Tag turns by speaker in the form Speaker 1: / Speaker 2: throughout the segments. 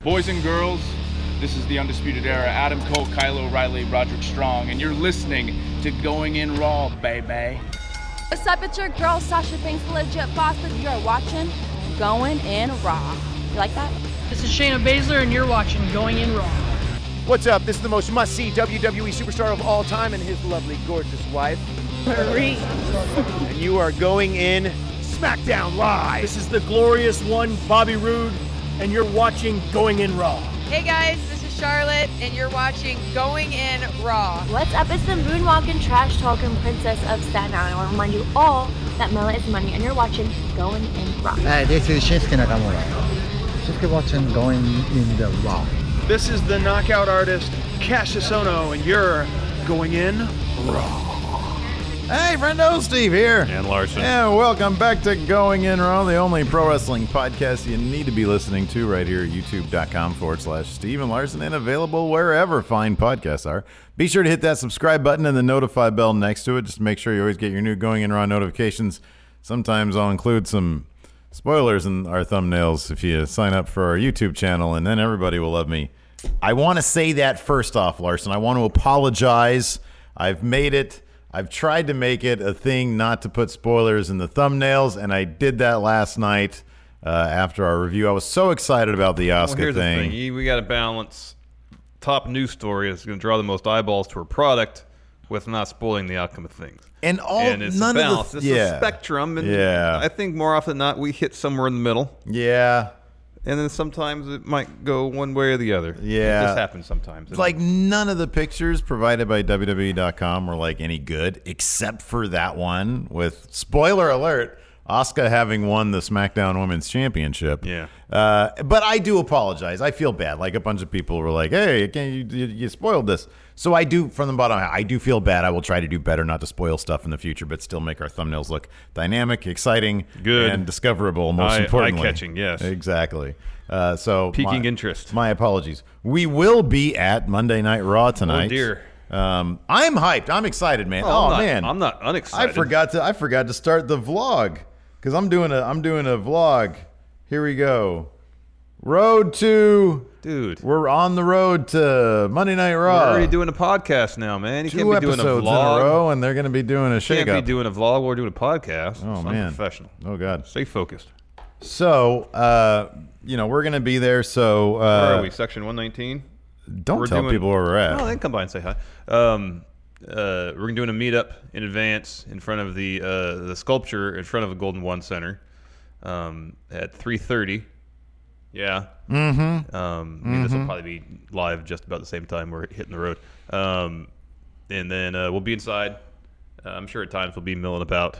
Speaker 1: Boys and girls, this is the Undisputed Era. Adam Cole, Kylo Riley, Roderick Strong, and you're listening to Going In Raw, baby.
Speaker 2: What's up, it's your girl Sasha Banks, the legit boss, and you're watching Going In Raw. You like that?
Speaker 3: This is Shayna Baszler, and you're watching Going In Raw.
Speaker 4: What's up? This is the most must see WWE E superstar of all time and his lovely, gorgeous wife, Marie. and you are going in SmackDown Live.
Speaker 5: This is the glorious one, Bobby Roode, and you're watching Going In Raw.
Speaker 6: Hey guys, this is Charlotte, and you're watching Going In Raw.
Speaker 7: What's up? It's the moonwalking, trash talking princess of Staten Island. I want to remind you all that Mela is money, and you're watching Going In Raw.
Speaker 8: Hi, this is Shinsuke Nakamura. Shinsuke watching Going In the Raw.
Speaker 9: This is the knockout artist, Cassius Ono, and you're Going In Raw.
Speaker 10: Hey, friendo, Steve here.
Speaker 11: And Larson.
Speaker 10: And welcome back to Going In Raw, the only pro wrestling podcast you need to be listening to right here at youtube.com forward slash Steve and Larson and available wherever fine podcasts are. Be sure to hit that subscribe button and the notify bell next to it. Just to make sure you always get your new Going In Raw notifications. Sometimes I'll include some spoilers in our thumbnails if you sign up for our YouTube channel, and then everybody will love me. I want to say that first off, Larson. I want to apologize. I've made it. I've tried to make it a thing not to put spoilers in the thumbnails, and I did that last night uh, after our review. I was so excited about the Oscar
Speaker 11: well, here's
Speaker 10: thing.
Speaker 11: The thing. You- We got to balance top news story that's going to draw the most eyeballs to a product with not spoiling the outcome of things.
Speaker 10: And all-
Speaker 11: and it's
Speaker 10: Oh, none of
Speaker 11: a
Speaker 10: the-
Speaker 11: balance. it's
Speaker 10: yeah.
Speaker 11: a spectrum, and
Speaker 10: Yeah.
Speaker 11: I think more often than not we hit somewhere in the middle,
Speaker 10: Yeah,
Speaker 11: and then sometimes it might go one way or the other.
Speaker 10: Yeah.
Speaker 11: it just happens sometimes.
Speaker 10: like none of the pictures provided by WWE.com were like any good, except for that one with spoiler alert. Asuka having won the SmackDown Women's Championship.
Speaker 11: Yeah.
Speaker 10: Uh, but I do apologize. I feel bad. Like a bunch of people were like, "Hey, can you, you you spoiled this?" So I do from the bottom. I do feel bad. I will try to do better not to spoil stuff in the future, but still make our thumbnails look dynamic, exciting,
Speaker 11: Good.
Speaker 10: and discoverable. Most
Speaker 11: Eye-
Speaker 10: importantly,
Speaker 11: eye-catching, yes.
Speaker 10: exactly. Uh, so
Speaker 11: Piquing
Speaker 10: my-
Speaker 11: interest.
Speaker 10: My apologies. We will be at Monday Night Raw tonight.
Speaker 11: Oh, dear.
Speaker 10: Um, I'm hyped. I'm excited, man.
Speaker 11: I'm
Speaker 10: Oh,
Speaker 11: not-
Speaker 10: man,
Speaker 11: I'm not unexcited.
Speaker 10: I forgot to I forgot to start the vlog because I'm doing a I'm doing a vlog. Here we go. Road to
Speaker 11: dude. We're
Speaker 10: we're on the road to Monday Night Raw.
Speaker 11: already doing a podcast now, man. You
Speaker 10: 2
Speaker 11: can't be doing
Speaker 10: episodes
Speaker 11: a vlog.
Speaker 10: in a row, and they're going to be doing a shakeup.
Speaker 11: Can't be doing a vlog. We're doing a podcast.
Speaker 10: oh
Speaker 11: it's
Speaker 10: man,
Speaker 11: professional.
Speaker 10: Oh god.
Speaker 11: Stay focused.
Speaker 10: So, uh, you know, we're going to be there. So, uh,
Speaker 11: Where are we? Section 119?
Speaker 10: Don't
Speaker 11: We're
Speaker 10: tell
Speaker 11: doing-
Speaker 10: people where we're at.
Speaker 11: No, Oh, they can come by and say hi. Um, uh, we're doing a meetup in advance in front of the uh, the sculpture in front of the Golden One Center um, at 3:30. Yeah. Mm-hmm. Um, I mean, This will probably be live just about the same time we're hitting the road. Um, and then uh, we'll be inside. Uh, I'm sure at times we'll be milling about.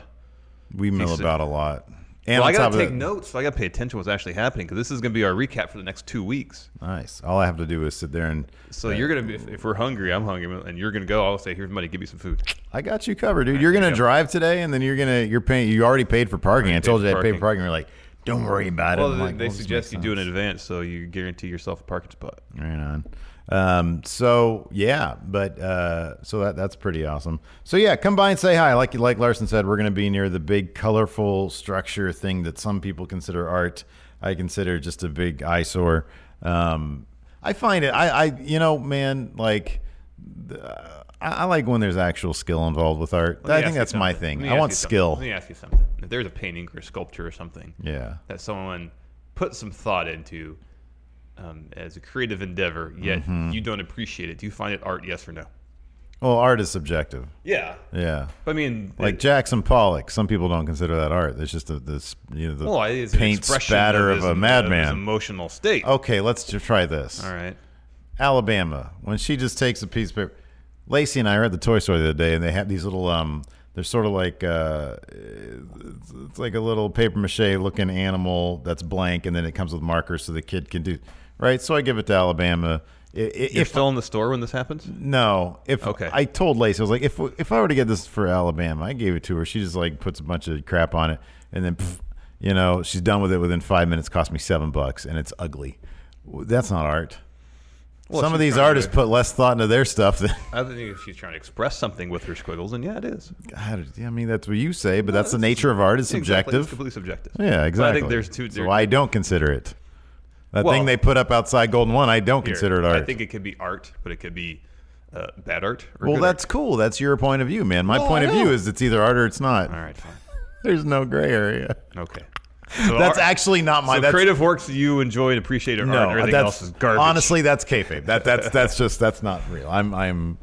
Speaker 10: we mill
Speaker 11: Decent.
Speaker 10: about a lot. And
Speaker 11: well,
Speaker 10: on
Speaker 11: I gotta
Speaker 10: top of
Speaker 11: take
Speaker 10: that-
Speaker 11: notes. So I gotta pay attention to what's actually happening because this is gonna be our recap for the next two weeks.
Speaker 10: Nice. All I have to do is sit there and
Speaker 11: So you're gonna be if, if we're hungry, I'm hungry, and you're gonna go. I'll say, "Here's money. Give me some food."
Speaker 10: I got you covered, dude. You're gonna drive today, and then you're gonna you're paying. You already paid for parking. I
Speaker 11: Already
Speaker 10: told
Speaker 11: paid
Speaker 10: you I
Speaker 11: for
Speaker 10: paid for parking.
Speaker 11: parking.
Speaker 10: You're like, don't worry about it.
Speaker 11: Well,
Speaker 10: I'm
Speaker 11: they,
Speaker 10: like,
Speaker 11: they
Speaker 10: well, this
Speaker 11: suggest
Speaker 10: makes
Speaker 11: you do it in
Speaker 10: sense.
Speaker 11: advance, so you guarantee yourself a parking spot.
Speaker 10: Right on. Um, so yeah, but uh, so that that's pretty awesome. So yeah, come by and say hi. Like like Larson said, we're gonna be near the big colorful structure thing that some people consider art. I consider just a big eyesore. Um, I find it. I, I you know man like. th- I I like when there's actual skill involved with art.
Speaker 11: Let me
Speaker 10: I think
Speaker 11: ask you
Speaker 10: that's my
Speaker 11: something.
Speaker 10: thing.
Speaker 11: Let me
Speaker 10: I
Speaker 11: ask
Speaker 10: want
Speaker 11: you something.
Speaker 10: skill.
Speaker 11: Let me ask you something. If there's a painting or a sculpture or something
Speaker 10: Yeah.
Speaker 11: that someone put some thought into um, as a creative endeavor, yet
Speaker 10: Mm-hmm.
Speaker 11: you don't appreciate it, do you find it art? Yes or no?
Speaker 10: Well, art is subjective.
Speaker 11: Yeah.
Speaker 10: Yeah.
Speaker 11: I mean,
Speaker 10: Like
Speaker 11: it-
Speaker 10: Jackson Pollock, some people don't consider that art. It's just a, this, you know, the
Speaker 11: well, it's an
Speaker 10: paint
Speaker 11: expression
Speaker 10: spatter
Speaker 11: his- uh,
Speaker 10: of a
Speaker 11: his
Speaker 10: madman. Oh,
Speaker 11: emotional state.
Speaker 10: Okay, let's just try this.
Speaker 11: All right.
Speaker 10: Alabama, when she just takes a piece of paper. Lacey and I were at the toy store the other day, and they have these little um, They're sort of like uh, it's, it's like a little paper mache looking animal that's blank, and then it comes with markers so the kid can do right. So I give it to Alabama. I- i-
Speaker 11: You're still in the store when this happens?
Speaker 10: No. If okay. I told Lacey, I was like, if if I were to get this for Alabama, I gave it to her. She just like puts a bunch of crap on it, and then pff, you know she's done with it within five minutes. Cost me seven bucks, and it's ugly. W- That's not art.
Speaker 11: Well,
Speaker 10: Some of
Speaker 11: she's
Speaker 10: these
Speaker 11: trying to-
Speaker 10: artists put less thought into their stuff than.
Speaker 11: I think if she's trying to express something with her squiggles, and yeah, it is.
Speaker 10: God, I mean, that's what you say, but that's the nature of art. It's
Speaker 11: Exactly,
Speaker 10: subjective.
Speaker 11: it's completely subjective. But
Speaker 10: Yeah,
Speaker 11: I
Speaker 10: exactly.
Speaker 11: think there's two- there-
Speaker 10: so I don't consider it. That
Speaker 11: Well-
Speaker 10: thing they put up outside Golden One, I don't
Speaker 11: Here,
Speaker 10: consider it art.
Speaker 11: I think it could be art, but it could be uh, bad art. Or
Speaker 10: Well,
Speaker 11: good
Speaker 10: that's cool. That's your point of view, man. My
Speaker 11: Oh,
Speaker 10: point
Speaker 11: I
Speaker 10: of view
Speaker 11: know.
Speaker 10: is it's either art or it's not.
Speaker 11: All right, fine.
Speaker 10: There's no gray area.
Speaker 11: Okay.
Speaker 10: That's actually not my-
Speaker 11: So
Speaker 10: that's-
Speaker 11: creative works you enjoy and appreciate are art, and everything
Speaker 10: that's
Speaker 11: else is garbage.
Speaker 10: honestly that's kayfabe. That that's that's just that's not real. I'm I'm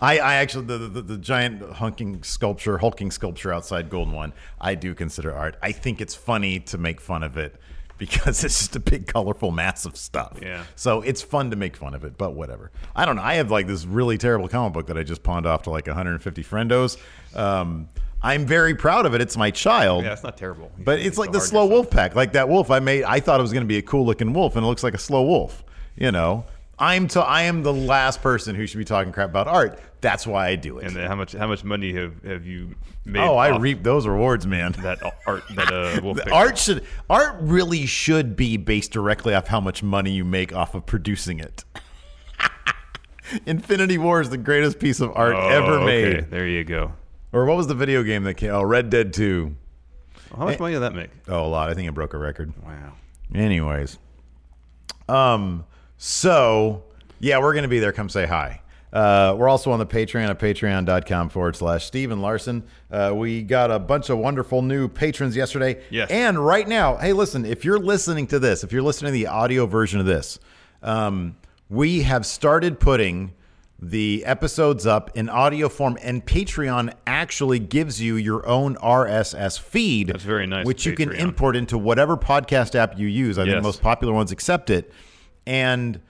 Speaker 10: I, I actually the, the the giant hunking sculpture, hulking sculpture outside Golden One. I do consider art. I think it's funny to make fun of it because it's just a big colorful mass of stuff.
Speaker 11: Yeah.
Speaker 10: So it's fun to make fun of it, but whatever. I don't know. I have like this really terrible comic book that I just pawned off to like 150 friendos. Um, I'm very proud of it. It's my child.
Speaker 11: Yeah, it's not terrible. You
Speaker 10: But
Speaker 11: shouldn't
Speaker 10: it's
Speaker 11: be
Speaker 10: like
Speaker 11: so
Speaker 10: the
Speaker 11: hard on
Speaker 10: slow wolf pack. Like that wolf I made, I thought it was going to be a cool looking wolf, and it looks like a slow wolf. You know, I'm to I am the last person who should be talking crap about art. That's why I do it.
Speaker 11: And then how much how much money have, have you made?
Speaker 10: oh, I
Speaker 11: off
Speaker 10: reap those rewards, man.
Speaker 11: that art that uh, wolf
Speaker 10: The
Speaker 11: picked?
Speaker 10: art should art really should be based directly off how much money you make off of producing it. Infinity War is the greatest piece of art
Speaker 11: Oh,
Speaker 10: ever made.
Speaker 11: okay. There you go.
Speaker 10: Or what was the video game that came? Oh, Red Dead Two.
Speaker 11: How much money did that make?
Speaker 10: Oh, a lot. I think it broke a record.
Speaker 11: Wow.
Speaker 10: Anyways, um, so yeah, we're gonna be there. Come say hi. Uh, we're also on the Patreon at patreon.com forward slash Steven Larson. Uh, we got a bunch of wonderful new patrons yesterday.
Speaker 11: Yes.
Speaker 10: And right now, hey, listen, if you're listening to this, if you're listening to the audio version of this, um, we have started putting the episodes up in audio form, and Patreon actually gives you your own RSS feed. That's
Speaker 11: very nice,
Speaker 10: Which you can
Speaker 11: Patreon.
Speaker 10: import into whatever podcast app you use. I think
Speaker 11: Yes.
Speaker 10: most popular ones accept it. And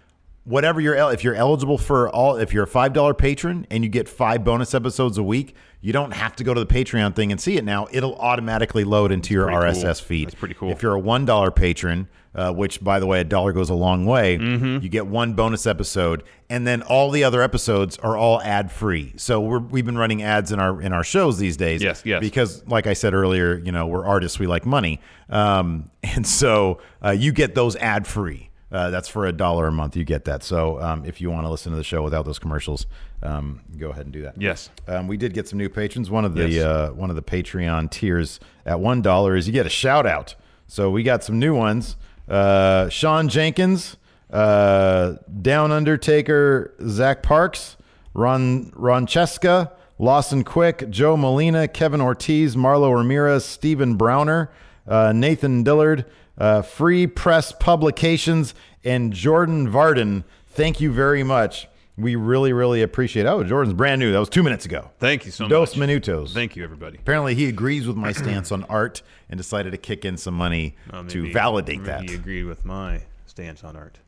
Speaker 10: whatever you're, el- if you're eligible for all, if you're a five dollar patron and you get five bonus episodes a week, you don't have to go to the Patreon thing and see it now. It'll automatically load into your
Speaker 11: pretty cool.
Speaker 10: RSS feed. That's pretty cool. If you're a one dollar patron, uh, which by the way, a dollar goes a long way, you get one bonus episode, and then all the other episodes are all ad free. So we're, we've been running ads in our in our shows these days. Yes, yes. Because like I said earlier, you know we're artists, we like money, um, and so uh, you get those ad free. Uh, that's for a dollar a month. You get that. So um, if you want to listen to the show without those commercials, um, go ahead and do that.
Speaker 11: Yes.
Speaker 10: Um, we did get some new patrons. One of the
Speaker 11: Yes.
Speaker 10: uh, one of the Patreon tiers at one dollar is you get a shout out. So we got some new ones. Uh, Sean Jenkins, uh, Down Undertaker, Zach Parks, Ron Roncheska, Lawson Quick, Joe Molina, Kevin Ortiz, Marlo Ramirez, Stephen Browner, uh, Nathan Dillard, uh, Free Press Publications, and Jordan Varden. Thank you very much. We really, really appreciate. Oh, Jordan's brand new. That was two minutes ago.
Speaker 11: Thank you so
Speaker 10: Dos
Speaker 11: much.
Speaker 10: minutos.
Speaker 11: Thank you, everybody.
Speaker 10: Apparently, he agrees with my stance on art and decided to kick in some money
Speaker 11: Oh,
Speaker 10: to
Speaker 11: maybe-
Speaker 10: validate
Speaker 11: maybe
Speaker 10: that.
Speaker 11: He agreed with my stance on art.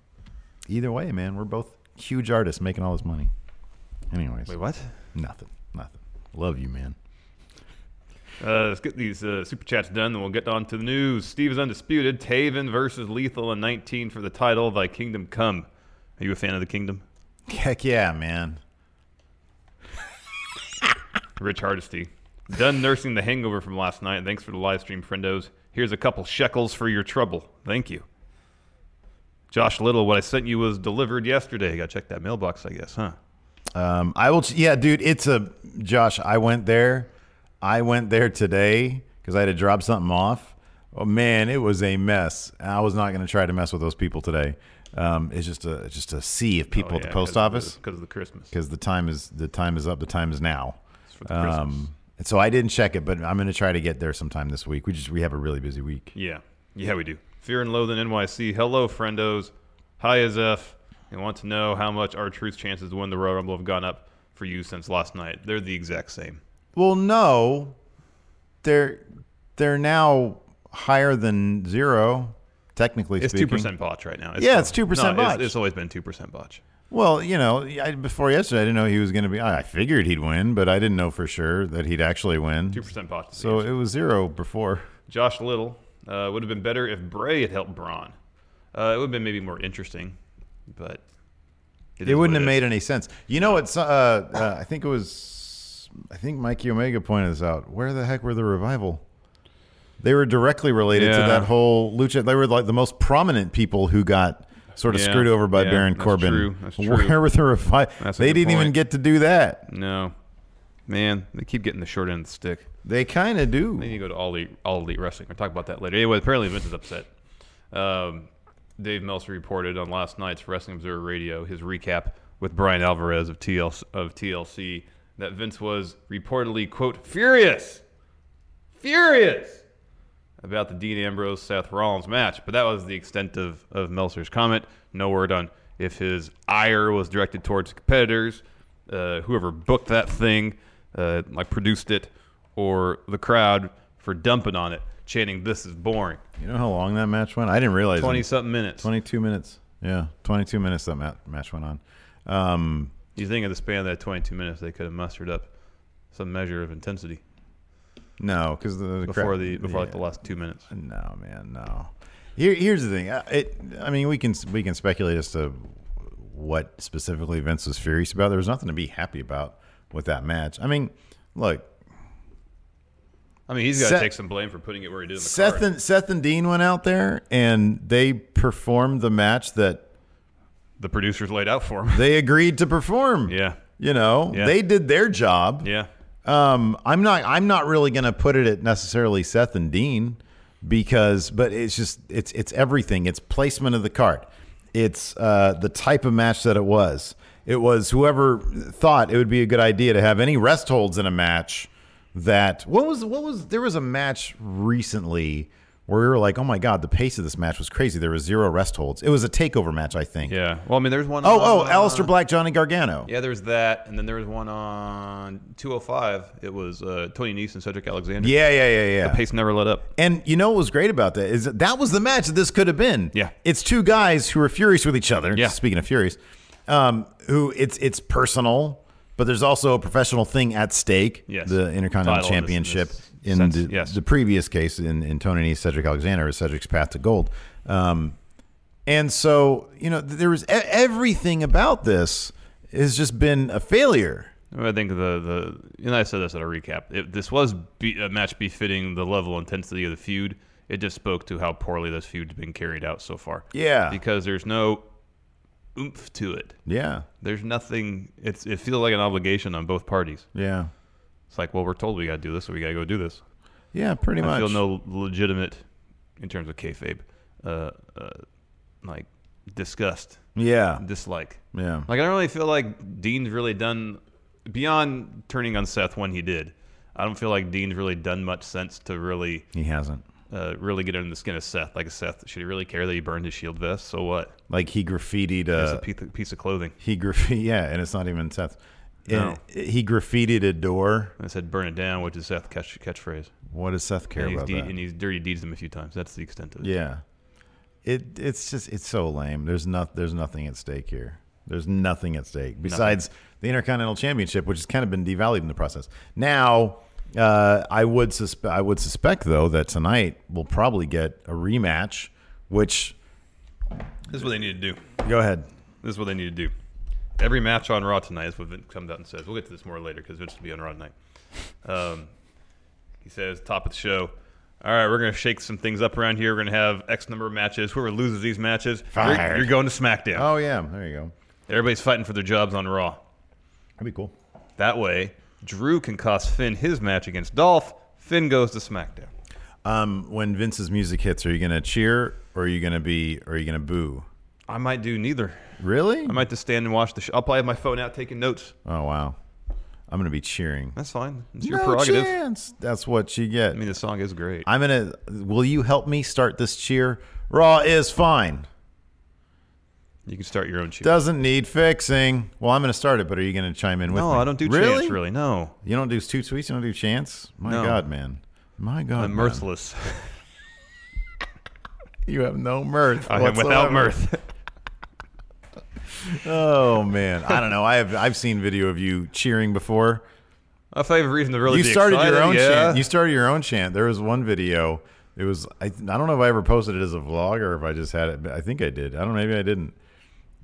Speaker 10: Either way, man, we're both huge artists making all this money. Anyways.
Speaker 11: Wait, what?
Speaker 10: Nothing. Nothing. Love you, man.
Speaker 11: Uh, let's get these uh, super chats done, then we'll get on to the news. Steve is undisputed. Taven versus Lethal in 19 for the title. Thy Kingdom Come. Are you a fan of the Kingdom?
Speaker 10: Heck yeah, man.
Speaker 11: Rich Hardesty. Done nursing the hangover from last night. Thanks for the live stream, friendos. Here's a couple shekels for your trouble. Thank you. Josh Little, what I sent you was delivered yesterday. Got to check that mailbox, I guess, huh?
Speaker 10: Um, I will. Yeah, dude. It's a Josh. I went there. I went there today because I had to drop something off. Oh man, it was a mess. I was not going to try to mess with those people today. Um, it's just a just a sea of people at the
Speaker 11: Oh, yeah,
Speaker 10: post
Speaker 11: 'cause of
Speaker 10: office
Speaker 11: the- 'cause of the Christmas.
Speaker 10: Because the time is the time is up. The time is now.
Speaker 11: the Christmas.
Speaker 10: Um, and so I didn't check it, but I'm going to try to get there sometime this week. We just we have a really busy week.
Speaker 11: Yeah. Yeah, we do. Fear and Loathing NYC. Hello, friendos. Hi, as F. And want to know how much our truth chances to win the Royal Rumble have gone up for you since last night. They're the exact same.
Speaker 10: Well, no, they're they're now higher than zero, technically
Speaker 11: It's
Speaker 10: speaking.
Speaker 11: 2% botch right now.
Speaker 10: yeah, it's two
Speaker 11: no,
Speaker 10: percent
Speaker 11: it's-
Speaker 10: botch.
Speaker 11: It's, always been 2% botch.
Speaker 10: Well, you know, I, before yesterday, I didn't know he was going to be. I I figured he'd win, but I didn't know for sure that he'd actually win.
Speaker 11: 2% pot.
Speaker 10: So it was zero before.
Speaker 11: Josh Little uh, would have been better if Bray had helped Braun. Uh, it would have been maybe more interesting, but
Speaker 10: It,
Speaker 11: is
Speaker 10: wouldn't
Speaker 11: what
Speaker 10: have
Speaker 11: is.
Speaker 10: made any sense. You know what? Uh, uh, I think it was. I think Mikey Omega pointed this out. Where the heck were the revival? They were directly related to
Speaker 11: Yeah.
Speaker 10: that whole lucha. They were like the most prominent people who got sort of
Speaker 11: Yeah,
Speaker 10: screwed over by
Speaker 11: yeah,
Speaker 10: Baron
Speaker 11: that's
Speaker 10: Corbin.
Speaker 11: true, that's true.
Speaker 10: Where were the revival?
Speaker 11: That's a
Speaker 10: They
Speaker 11: good
Speaker 10: didn't even
Speaker 11: point.
Speaker 10: get to do that.
Speaker 11: No, man, they keep getting the short end of the stick.
Speaker 10: They kind of do.
Speaker 11: They need to go to all elite, all elite wrestling. We'll talk about that later. Anyway, apparently Vince is upset. Um, Dave Meltzer reported on last night's Wrestling Observer Radio his recap with Brian Alvarez of TLC, of TLC that Vince was reportedly quote furious, furious about the Dean Ambrose Seth Rollins match. But that was the extent of of Meltzer's comment. No word on if his ire was directed towards competitors, uh, whoever booked that thing, uh, like produced it, or the crowd for dumping on it, chanting "This is boring."
Speaker 10: You know how long that match went? I didn't realize.
Speaker 11: 20-something minutes.
Speaker 10: 22 minutes. Yeah, 22 minutes that ma- match went on. Um,
Speaker 11: You think in the span of that 22 minutes they could have mustered up some measure of intensity
Speaker 10: no, because the, the
Speaker 11: before
Speaker 10: crowd-
Speaker 11: the before like
Speaker 10: yeah.
Speaker 11: the last two minutes?
Speaker 10: No, man, no. Here, here's the thing. Uh, It, I mean, we can we can speculate as to what specifically Vince was furious about. There was nothing to be happy about with that match. I mean, look,
Speaker 11: I mean, he's got
Speaker 10: Seth-
Speaker 11: to take some blame for putting it where he did in the
Speaker 10: Seth
Speaker 11: card.
Speaker 10: and Seth and Dean went out there and they performed the match that
Speaker 11: the producers laid out for him.
Speaker 10: They agreed to perform.
Speaker 11: Yeah.
Speaker 10: You know,
Speaker 11: Yeah.
Speaker 10: they did their job.
Speaker 11: Yeah.
Speaker 10: Um, I'm not I'm not really gonna put it at necessarily Seth and Dean because but it's just it's it's everything. It's placement of the card. It's uh, the type of match that it was. It was whoever thought it would be a good idea to have any rest holds in a match that what was what was there was a match recently where we were like, oh my god, the pace of this match was crazy. There was zero rest holds. It was a takeover match, I think.
Speaker 11: Yeah. Well, I mean, there's one.
Speaker 10: Oh, oh,
Speaker 11: on- uh,
Speaker 10: Alistair Black, Johnny Gargano.
Speaker 11: Yeah, there was that, and then there was one on 205. It was uh, Tony Nese and Cedric Alexander.
Speaker 10: Yeah, yeah, yeah, yeah.
Speaker 11: The pace never let up.
Speaker 10: And you know what was great about that is that, that was the match that this could have been. Yeah. It's two guys who are furious with each other. Yeah. Speaking of furious, um, who it's it's personal, but there's also a professional thing at stake.
Speaker 11: Yes.
Speaker 10: The Intercontinental
Speaker 11: Vital in this- in
Speaker 10: Championship
Speaker 11: this
Speaker 10: in
Speaker 11: sense,
Speaker 10: the, the previous case in, in Tony Nese, Cedric Alexander, is Cedric's path to gold. Um, and so, you know, th- there was e- everything about this has just been a failure.
Speaker 11: I think the the and I said this at a recap. It, this was be, a match befitting the level and intensity of the feud. It just spoke to how poorly this feud's been carried out so far.
Speaker 10: Yeah.
Speaker 11: because there's no oomph to it.
Speaker 10: Yeah.
Speaker 11: there's nothing. It's it feels like an obligation on both parties.
Speaker 10: Yeah.
Speaker 11: it's like well, we're told we got to do this, so we got to go do this.
Speaker 10: Yeah, pretty
Speaker 11: I
Speaker 10: much.
Speaker 11: feel no legitimate, in terms of kayfabe, uh, uh, like disgust.
Speaker 10: Yeah.
Speaker 11: dislike.
Speaker 10: Yeah.
Speaker 11: Like I don't really feel like Dean's really done beyond turning on Seth when he did. I don't feel like Dean's really done much sense to really.
Speaker 10: He hasn't.
Speaker 11: Uh, really get under the skin of Seth. Like Seth, should he really care that he burned his shield vest? So what?
Speaker 10: Like he graffitied
Speaker 11: It's
Speaker 10: uh,
Speaker 11: a piece of, piece of clothing.
Speaker 10: He graffiti, yeah, and it's not even Seth.
Speaker 11: No.
Speaker 10: And He graffitied a door.
Speaker 11: And it said "burn it down," which is Seth's catch, catchphrase.
Speaker 10: What does Seth care
Speaker 11: and he's
Speaker 10: about
Speaker 11: de-
Speaker 10: that?
Speaker 11: And he's dirty deeds him a few times. That's the extent of it.
Speaker 10: Yeah, it it's just it's so lame. There's not there's nothing at stake here. There's nothing at stake besides the Intercontinental Championship, which has kind of been devalued in the process. Now, uh, I would suspe- I would suspect though that tonight we'll probably get a rematch, which
Speaker 11: This is what they need to do.
Speaker 10: go ahead.
Speaker 11: This is what they need to do. Every match on Raw tonight is what Vince comes out and says. We'll get to this more later because Vince will be on Raw tonight. Um, he says, top of the show, all right, we're going to shake some things up around here. We're going to have X number of matches. Whoever loses these matches, you're,
Speaker 10: Fired.
Speaker 11: you're going to SmackDown.
Speaker 10: Oh yeah, there you go.
Speaker 11: Everybody's fighting for their jobs on Raw.
Speaker 10: That'd be cool.
Speaker 11: That way, Drew can cost Finn his match against Dolph. Finn goes to SmackDown.
Speaker 10: Um, when Vince's music hits, are you gonna cheer or are you gonna be or are you gonna boo?
Speaker 11: I might do neither.
Speaker 10: Really?
Speaker 11: I might just stand and watch the show. I'll probably have my phone out taking notes.
Speaker 10: Oh wow, I'm gonna be cheering.
Speaker 11: That's fine. It's your
Speaker 10: No
Speaker 11: prerogative.
Speaker 10: chance. That's what you get. I mean,
Speaker 11: the song is great.
Speaker 10: I'm gonna. Will you help me start this cheer? Raw is fine.
Speaker 11: You can start your own cheer.
Speaker 10: Doesn't need fixing. Well, I'm gonna start it, but are you gonna chime in with
Speaker 11: No,
Speaker 10: me?
Speaker 11: I don't do chance,
Speaker 10: really?
Speaker 11: really, no.
Speaker 10: You don't do two tweets. You don't do chance. My
Speaker 11: No.
Speaker 10: God, man. My God,
Speaker 11: I'm
Speaker 10: man.
Speaker 11: merciless.
Speaker 10: You have no mirth.
Speaker 11: I am without
Speaker 10: whatsoever.
Speaker 11: mirth.
Speaker 10: oh man, I don't know. I have I've seen video of you cheering before.
Speaker 11: My favorite reason to really
Speaker 10: you
Speaker 11: be
Speaker 10: started your
Speaker 11: excited,
Speaker 10: own
Speaker 11: yeah.
Speaker 10: chant. You started your own chant. There was one video. It was I, I don't know if I ever posted it as a vlog or if I just had it. But I think I did. I don't know. Maybe I didn't.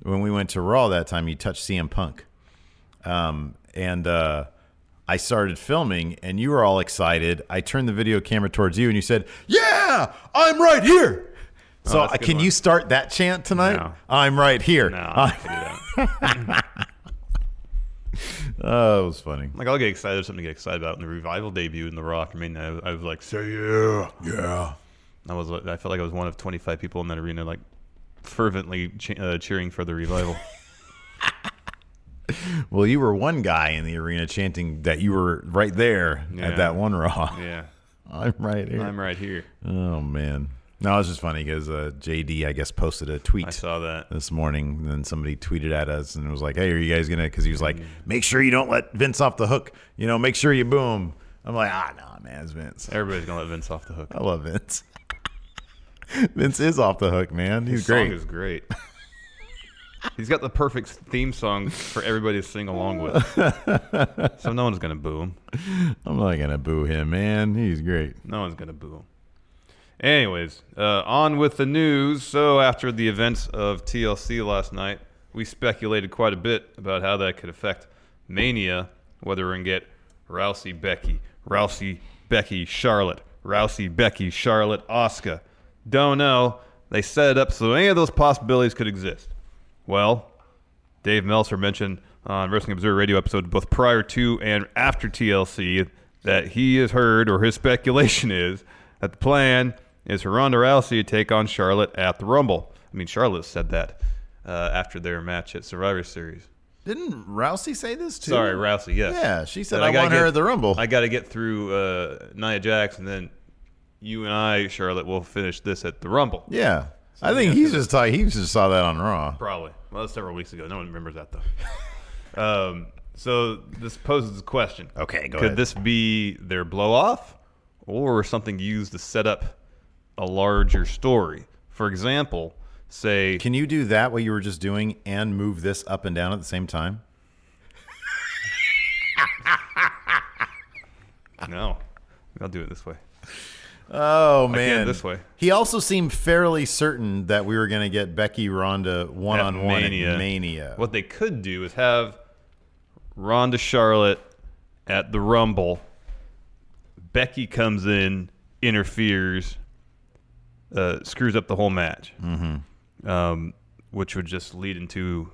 Speaker 10: When we went to Raw that time, you touched CM Punk, um, and uh, I started filming, and you were all excited. I turned the video camera towards you, and you said, "Yeah, I'm right here."
Speaker 11: Oh,
Speaker 10: So
Speaker 11: that's a good
Speaker 10: can
Speaker 11: one.
Speaker 10: you start that chant tonight? I'm right here. Oh, it was funny.
Speaker 11: Like I'll get excited. There's something to get excited about. And the revival debut in The Rock. I mean, I, I was like, say yeah,
Speaker 10: yeah.
Speaker 11: I was. I felt like I was one of 25 people in that arena, like fervently che- uh, cheering for the revival.
Speaker 10: Well, you were one guy in the arena chanting that you were right there
Speaker 11: Yeah.
Speaker 10: at that one Raw.
Speaker 11: Yeah.
Speaker 10: I'm right here.
Speaker 11: I'm right here.
Speaker 10: Oh, man. No, it's just funny because uh, JD, I guess, posted a tweet. I saw
Speaker 11: that
Speaker 10: this morning. And then somebody tweeted at us and was like, hey, are you guys going to? Because he was
Speaker 11: Mm.
Speaker 10: like, make sure you don't let Vince off the hook. You know, make sure you boom. I'm like, ah, nah, man, it's Vince.
Speaker 11: Everybody's gonna let Vince off the hook.
Speaker 10: I love Vince. Vince is off the hook, man. He's
Speaker 11: His
Speaker 10: great.
Speaker 11: Song is great. He's got the perfect theme song for everybody to sing along with. so no one's gonna boo him.
Speaker 10: I'm not going to boo him, man. He's great.
Speaker 11: No one's gonna boo him. Anyways, uh, on with the news. So after the events of TLC last night, we speculated quite a bit about how that could affect Mania, whether we're gonna get Rousey Becky, Rousey Becky Charlotte, Rousey Becky Charlotte Oscar. Don't know. They set it up so any of those possibilities could exist. Well, Dave Meltzer mentioned on Wrestling Observer Radio episode both prior to and after TLC that he has heard, or his speculation is, that the plan is for Ronda Rousey to take on Charlotte at the Rumble. I mean, Charlotte said that uh, after their match at Survivor Series.
Speaker 10: Didn't Rousey say this too?
Speaker 11: Sorry, Rousey. Yes.
Speaker 10: Yeah, she said,
Speaker 11: That
Speaker 10: "I
Speaker 11: gotta
Speaker 10: want her
Speaker 11: get-
Speaker 10: at the Rumble."
Speaker 11: I got to get through uh, Nia Jax, and then you and I, Charlotte, will finish this at the Rumble.
Speaker 10: Yeah. I think he's just talking, he just saw that on Raw.
Speaker 11: Probably. Well, that's several weeks ago. No one remembers that though. um, so this poses a question.
Speaker 10: Okay, go
Speaker 11: Could
Speaker 10: ahead.
Speaker 11: this be their blow off, or something used to set up a larger story? For example, say,
Speaker 10: Can you do that what you were just doing and move this up and down at the same time?
Speaker 11: no, I'll do it this way.
Speaker 10: Oh
Speaker 11: I
Speaker 10: man,
Speaker 11: can this way.
Speaker 10: He also seemed fairly certain that we were going to get Becky Ronda one on one
Speaker 11: Mania.
Speaker 10: at Mania.
Speaker 11: What they could do is have Ronda Charlotte at the Rumble. Becky comes in, interferes, uh, screws up the whole match, mm-hmm. um, which would just lead into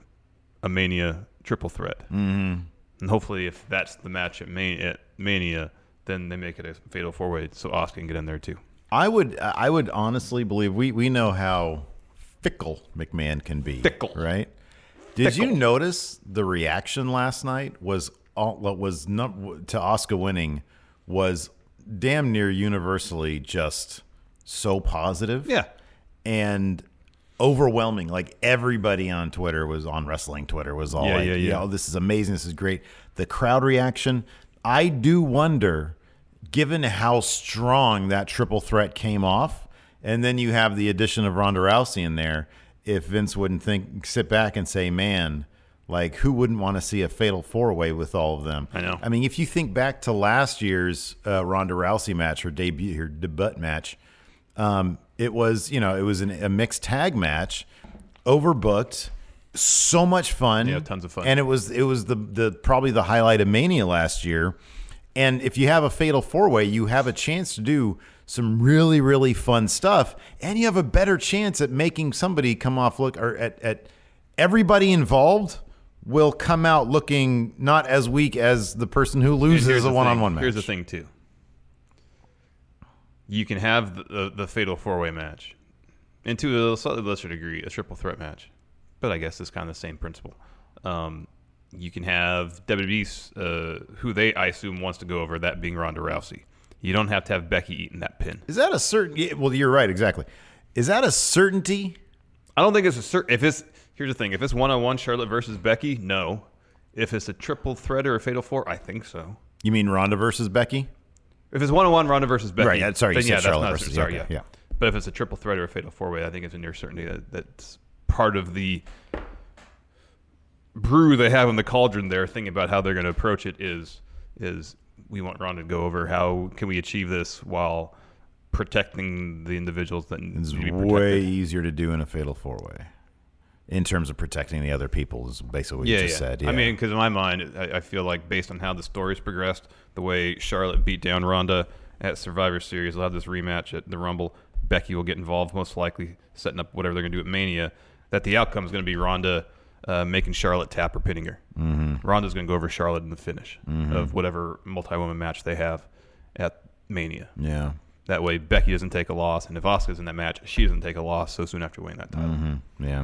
Speaker 11: a Mania triple threat.
Speaker 10: Mhm.
Speaker 11: And hopefully, if that's the match at, Man- at Mania, then they make it a fatal four way so Oscar can get in there too.
Speaker 10: I would I would honestly believe we we know how fickle McMahon can be. Fickle, right? Did you notice the reaction last night was all what was num- to Oscar winning was damn near universally just so positive. Yeah. And overwhelming like everybody on Twitter was on wrestling Twitter was all
Speaker 11: Yeah,
Speaker 10: like,
Speaker 11: yeah, yeah.
Speaker 10: "Yo, this is amazing. This is great. The crowd reaction. I do wonder, given how strong that triple threat came off, and then you have the addition of Ronda Rousey in there, if Vince wouldn't think, sit back and say, man, like who wouldn't want to see a fatal four way with all of them? I know. I mean, if you think back to last year's uh, Ronda Rousey match, her debut, her debut match, um, it was you know it was an, a mixed tag match, overbooked, so much fun, yeah, tons of fun, and it was it was the the probably the highlight of Mania last year. And if you have a fatal four way, you have a chance to do some really really fun stuff, and you have a better chance at making somebody come off look or at at everybody involved will come out looking not as weak as the person who
Speaker 11: And here's
Speaker 10: loses a
Speaker 11: the
Speaker 10: one on one
Speaker 11: thing-
Speaker 10: match.
Speaker 11: Here's the thing, too. You can have the, the, the fatal four way match, and to a slightly lesser degree, a triple threat match. But I guess it's kind of the same principle. Um, you can have WWE's, uh, who they I assume wants to go over, that being Ronda Rousey. You don't have to have Becky eating that pin.
Speaker 10: Is that a certain? yeah, Well, you're right, exactly. Is that a certainty?
Speaker 11: I don't think it's a cer If it's here's the thing, if it's one on one Charlotte versus Becky, no. If it's a triple threat or a fatal four, I think so.
Speaker 10: You mean Ronda versus Becky?
Speaker 11: If it's one on one Ronda versus Becky,
Speaker 10: Right, yeah, sorry, you
Speaker 11: then
Speaker 10: said
Speaker 11: yeah, that's
Speaker 10: Charlotte
Speaker 11: not a
Speaker 10: versus-
Speaker 11: cer- sorry,
Speaker 10: okay,
Speaker 11: yeah.
Speaker 10: yeah.
Speaker 11: But if it's a triple threat or a fatal four way, I think it's a near certainty that that's part of the brew they have in the cauldron there, thinking about how they're going to approach it is is we want Ron to go over how can we achieve this while protecting the individuals that need
Speaker 10: It's
Speaker 11: to be protected.
Speaker 10: way easier to do in a fatal four way, in terms of protecting the other people. Is basically what
Speaker 11: yeah,
Speaker 10: you just
Speaker 11: yeah.
Speaker 10: said.
Speaker 11: I mean, because in my mind, I, I feel like based on how the story's progressed, the way Charlotte beat down Ronda at Survivor Series, they'll have this rematch at the Rumble. Becky will get involved, most likely setting up whatever they're going to do at Mania. That the outcome is going to be Ronda uh, making Charlotte tap or pinning her.
Speaker 10: Mhm.
Speaker 11: Ronda's going to go over Charlotte in the finish
Speaker 10: Mhm.
Speaker 11: of whatever multi-woman match they have at Mania.
Speaker 10: Yeah.
Speaker 11: That way, Becky doesn't take a loss, and if Asuka's in that match, she doesn't take a loss so soon after winning that title.
Speaker 10: Mm-hmm. Yeah.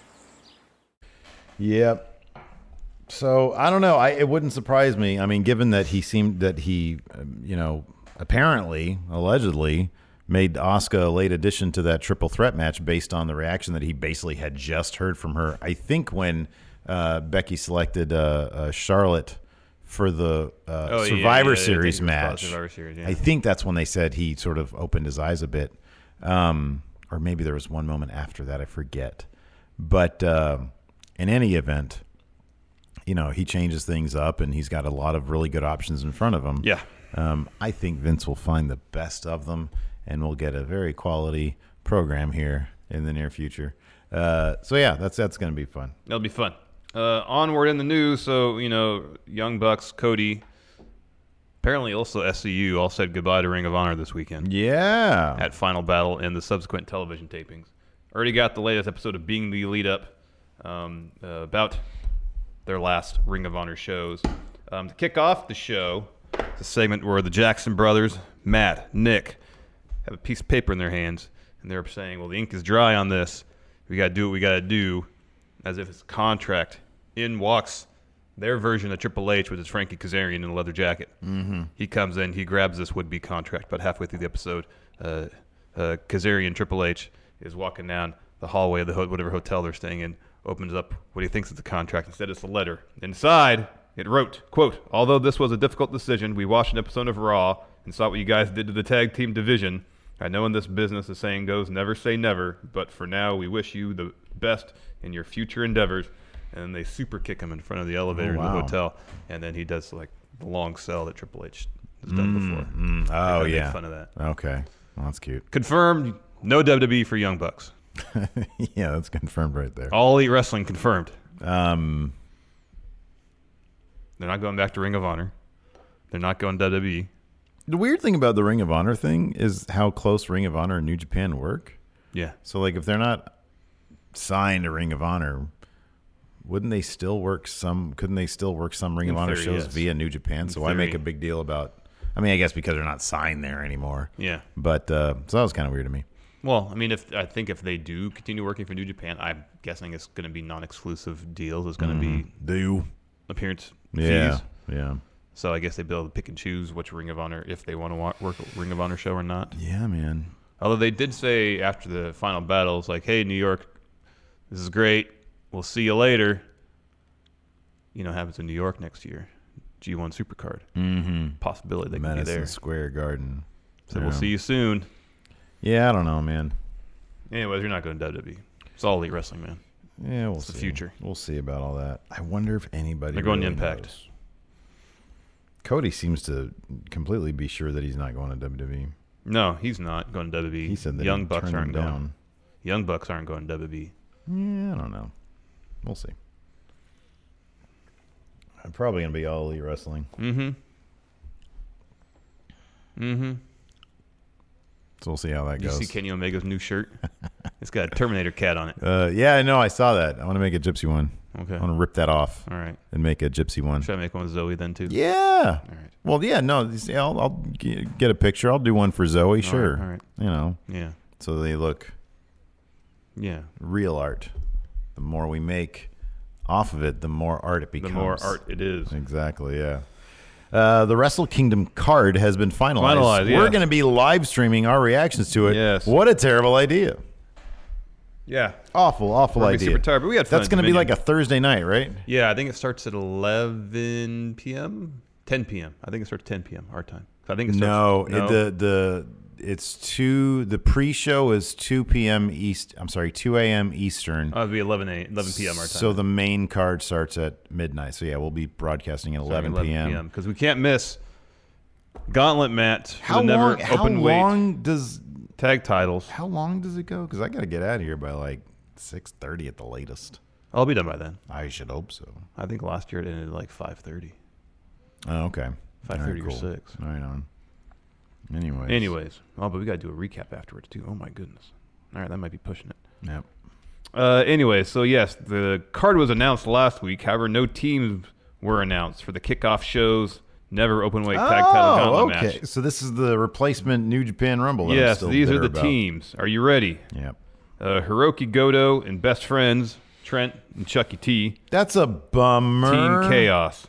Speaker 10: Yep. So I don't know. I it wouldn't surprise me. I mean, given that he seemed that he, um, you know, apparently, allegedly, made Oscar a late addition to that triple threat match based on the reaction that he basically had just heard from her. I think when uh, Becky selected uh, uh, Charlotte for the uh,
Speaker 11: Oh, yeah,
Speaker 10: Survivor
Speaker 11: yeah, I think
Speaker 10: Series
Speaker 11: it was about
Speaker 10: match,
Speaker 11: Survivor Series, yeah.
Speaker 10: I think that's when they said he sort of opened his eyes a bit, um, or maybe there was one moment after that. I forget, but um in any event, you know he changes things up, and he's got a lot of really good options in front of him.
Speaker 11: Yeah.
Speaker 10: um, I think Vince will find the best of them, and we'll get a very quality program here in the near future. Uh, so yeah, that's that's going to be fun.
Speaker 11: That'll be fun. Uh, onward in the news. So you know, Young Bucks, Cody, apparently also SCU all said goodbye to Ring of Honor this weekend.
Speaker 10: Yeah.
Speaker 11: At Final Battle and the subsequent television tapings. Already got the latest episode of Being the Lead Up um, uh, about their last Ring of Honor shows. Um, to kick off the show, it's a segment where the Jackson brothers, Matt, Nick, have a piece of paper in their hands, and they're saying, "Well, the ink is dry on this. We got to do what we got to do," as if it's a contract. In walks their version of Triple H, which is Frankie Kazarian in a leather jacket.
Speaker 10: Mhm.
Speaker 11: He comes in, he grabs this would-be contract, but halfway through the episode, uh, uh, Kazarian Triple H is walking down the hallway of the ho- whatever hotel they're staying in, opens up what he thinks is a contract. Instead, it's a letter. Inside, it wrote, "Quote: Although this was a difficult decision, we watched an episode of Raw and saw what you guys did to the tag team division. I know in this business the saying goes, never say never, but for now, we wish you the best in your future endeavors." And they super kick him in front of the elevator in
Speaker 10: wow.
Speaker 11: the hotel, and then he does like the long sell that Triple H has
Speaker 10: Mm,
Speaker 11: done before.
Speaker 10: mm.
Speaker 11: They
Speaker 10: Oh
Speaker 11: kinda make
Speaker 10: yeah.
Speaker 11: fun of that.
Speaker 10: Okay. Well, that's cute.
Speaker 11: Confirmed, no WWE for Young Bucks.
Speaker 10: yeah, that's confirmed right there.
Speaker 11: All Elite Wrestling confirmed.
Speaker 10: Um,
Speaker 11: They're not going back to Ring of Honor. They're not going E. to WWE.
Speaker 10: The weird thing about the Ring of Honor thing is how close Ring of Honor and New Japan work.
Speaker 11: Yeah.
Speaker 10: So like if they're not signed to Ring of Honor, wouldn't they still work some couldn't they still work some Ring
Speaker 11: In
Speaker 10: of Honor
Speaker 11: theory,
Speaker 10: shows
Speaker 11: yes.
Speaker 10: via New Japan?
Speaker 11: In
Speaker 10: so why make a
Speaker 11: theory.
Speaker 10: big deal about I mean, I guess because they're not signed there anymore.
Speaker 11: Yeah.
Speaker 10: But uh, so that was kind of weird to me.
Speaker 11: Well, I mean, if I think if they do continue working for New Japan, I'm guessing it's going to be non-exclusive deals. It's going to be
Speaker 10: do
Speaker 11: appearance
Speaker 10: Mm-hmm. Yeah,
Speaker 11: fees.
Speaker 10: yeah.
Speaker 11: So I guess they'd be able to pick and choose which Ring of Honor if they want to wa- work a Ring of Honor show or not.
Speaker 10: Yeah, man.
Speaker 11: Although they did say after the final battle, it's like, "Hey, New York, this is great. We'll see you later." You know, happens in New York next year, G1 Supercard
Speaker 10: Mhm.
Speaker 11: possibility they could be
Speaker 10: Madison
Speaker 11: there.
Speaker 10: Square Garden.
Speaker 11: So
Speaker 10: Yeah.
Speaker 11: we'll see you soon.
Speaker 10: Yeah, I don't know, man.
Speaker 11: Anyways, you're not going to WWE. It's all elite wrestling, man.
Speaker 10: Yeah, we'll
Speaker 11: it's
Speaker 10: see.
Speaker 11: the future.
Speaker 10: We'll see about all that. I wonder if anybody
Speaker 11: They're going to
Speaker 10: really
Speaker 11: Impact.
Speaker 10: knows. Cody seems to completely be sure that he's not going to E. WWE.
Speaker 11: No, he's not going to WWE. He said
Speaker 10: that
Speaker 11: Young
Speaker 10: he
Speaker 11: Bucks
Speaker 10: turned
Speaker 11: aren't
Speaker 10: them
Speaker 11: going.
Speaker 10: down.
Speaker 11: Young Bucks aren't going to WWE.
Speaker 10: Yeah, I don't know. We'll see. I'm probably gonna be all elite wrestling.
Speaker 11: Mm-hmm. Mm-hmm.
Speaker 10: So we'll see how that
Speaker 11: Did you
Speaker 10: goes.
Speaker 11: see Kenny Omega's new shirt? it's got a Terminator cat on it.
Speaker 10: uh, yeah, I know. I saw that. I want to make a gypsy one.
Speaker 11: Okay.
Speaker 10: I want to rip that off.
Speaker 11: All right.
Speaker 10: And make a gypsy one.
Speaker 11: Should I make one with Zoe then too?
Speaker 10: Yeah. Well, yeah. No, you see, I'll, I'll g- get a picture. I'll do one for Zoe. Sure.
Speaker 11: all right.
Speaker 10: You know.
Speaker 11: Yeah.
Speaker 10: So they look
Speaker 11: Yeah.
Speaker 10: real art. The more we make off of it, the more art it becomes.
Speaker 11: more art it is.
Speaker 10: Exactly. Yeah. Uh, the Wrestle Kingdom card has been finalized.
Speaker 11: Finalized, yeah.
Speaker 10: We're going to be live streaming our reactions to it. Yes. What a terrible idea.
Speaker 11: Yeah.
Speaker 10: Awful, awful
Speaker 11: We're gonna be
Speaker 10: idea.
Speaker 11: super tired, but we had fun
Speaker 10: That's
Speaker 11: at
Speaker 10: gonna be
Speaker 11: Dominion.
Speaker 10: like a Thursday night, right?
Speaker 11: Yeah, I think it starts at 11 p.m. 10 p.m. I think it starts 10 p.m. our time. So I think it starts.
Speaker 10: No, it- the the it's two. The pre-show is two p.m. East. I'm sorry, two a.m. Eastern.
Speaker 11: Oh, it'd be 11 a- 11 p.m. our time.
Speaker 10: So the main card starts at midnight. So yeah, we'll be broadcasting at
Speaker 11: Starting
Speaker 10: eleven, p.m.
Speaker 11: because we can't miss gauntlet match. for
Speaker 10: How
Speaker 11: the never
Speaker 10: long- how
Speaker 11: open weight.
Speaker 10: long does
Speaker 11: tag titles?
Speaker 10: How long does it go? Because I gotta get out of here by like six thirty at the latest.
Speaker 11: I'll be done by then.
Speaker 10: I should hope so.
Speaker 11: I think last year it ended at like 5:30.
Speaker 10: Oh, okay. All right,
Speaker 11: 5:30 or
Speaker 10: cool.
Speaker 11: 6.
Speaker 10: Right on. Anyways.
Speaker 11: Anyways, oh, but we gotta do a recap afterwards too. Oh my goodness. All right, that might be pushing it.
Speaker 10: Yep.
Speaker 11: Uh, anyway, so yes, the card was announced last week. However, no teams were announced for the kickoff shows. Never open weight tag title gauntlet match.
Speaker 10: Oh, So this is the replacement New Japan Rumble. that I'm
Speaker 11: Yes,
Speaker 10: still
Speaker 11: these are
Speaker 10: bitter
Speaker 11: the
Speaker 10: about.
Speaker 11: teams. Are you ready?
Speaker 10: Yep.
Speaker 11: Uh, Hiroki Goto and best friends Trent and Chucky T.
Speaker 10: That's a bummer.
Speaker 11: Team Chaos.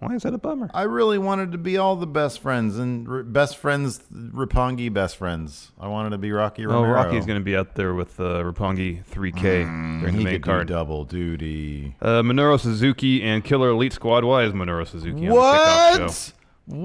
Speaker 11: Why is that a bummer?
Speaker 10: I really wanted to be all the best friends and r best friends, Rapongi best friends. I wanted to be Rocky
Speaker 11: Oh,
Speaker 10: Romero. Mm,
Speaker 11: Rocky's going to be out there with uh, Roppongi 3K during the
Speaker 10: he
Speaker 11: main
Speaker 10: could do
Speaker 11: card.
Speaker 10: double duty.
Speaker 11: Uh, Minoru Suzuki and Killer Elite Squad. Why is Minoru Suzuki on the kickoff show?
Speaker 10: What?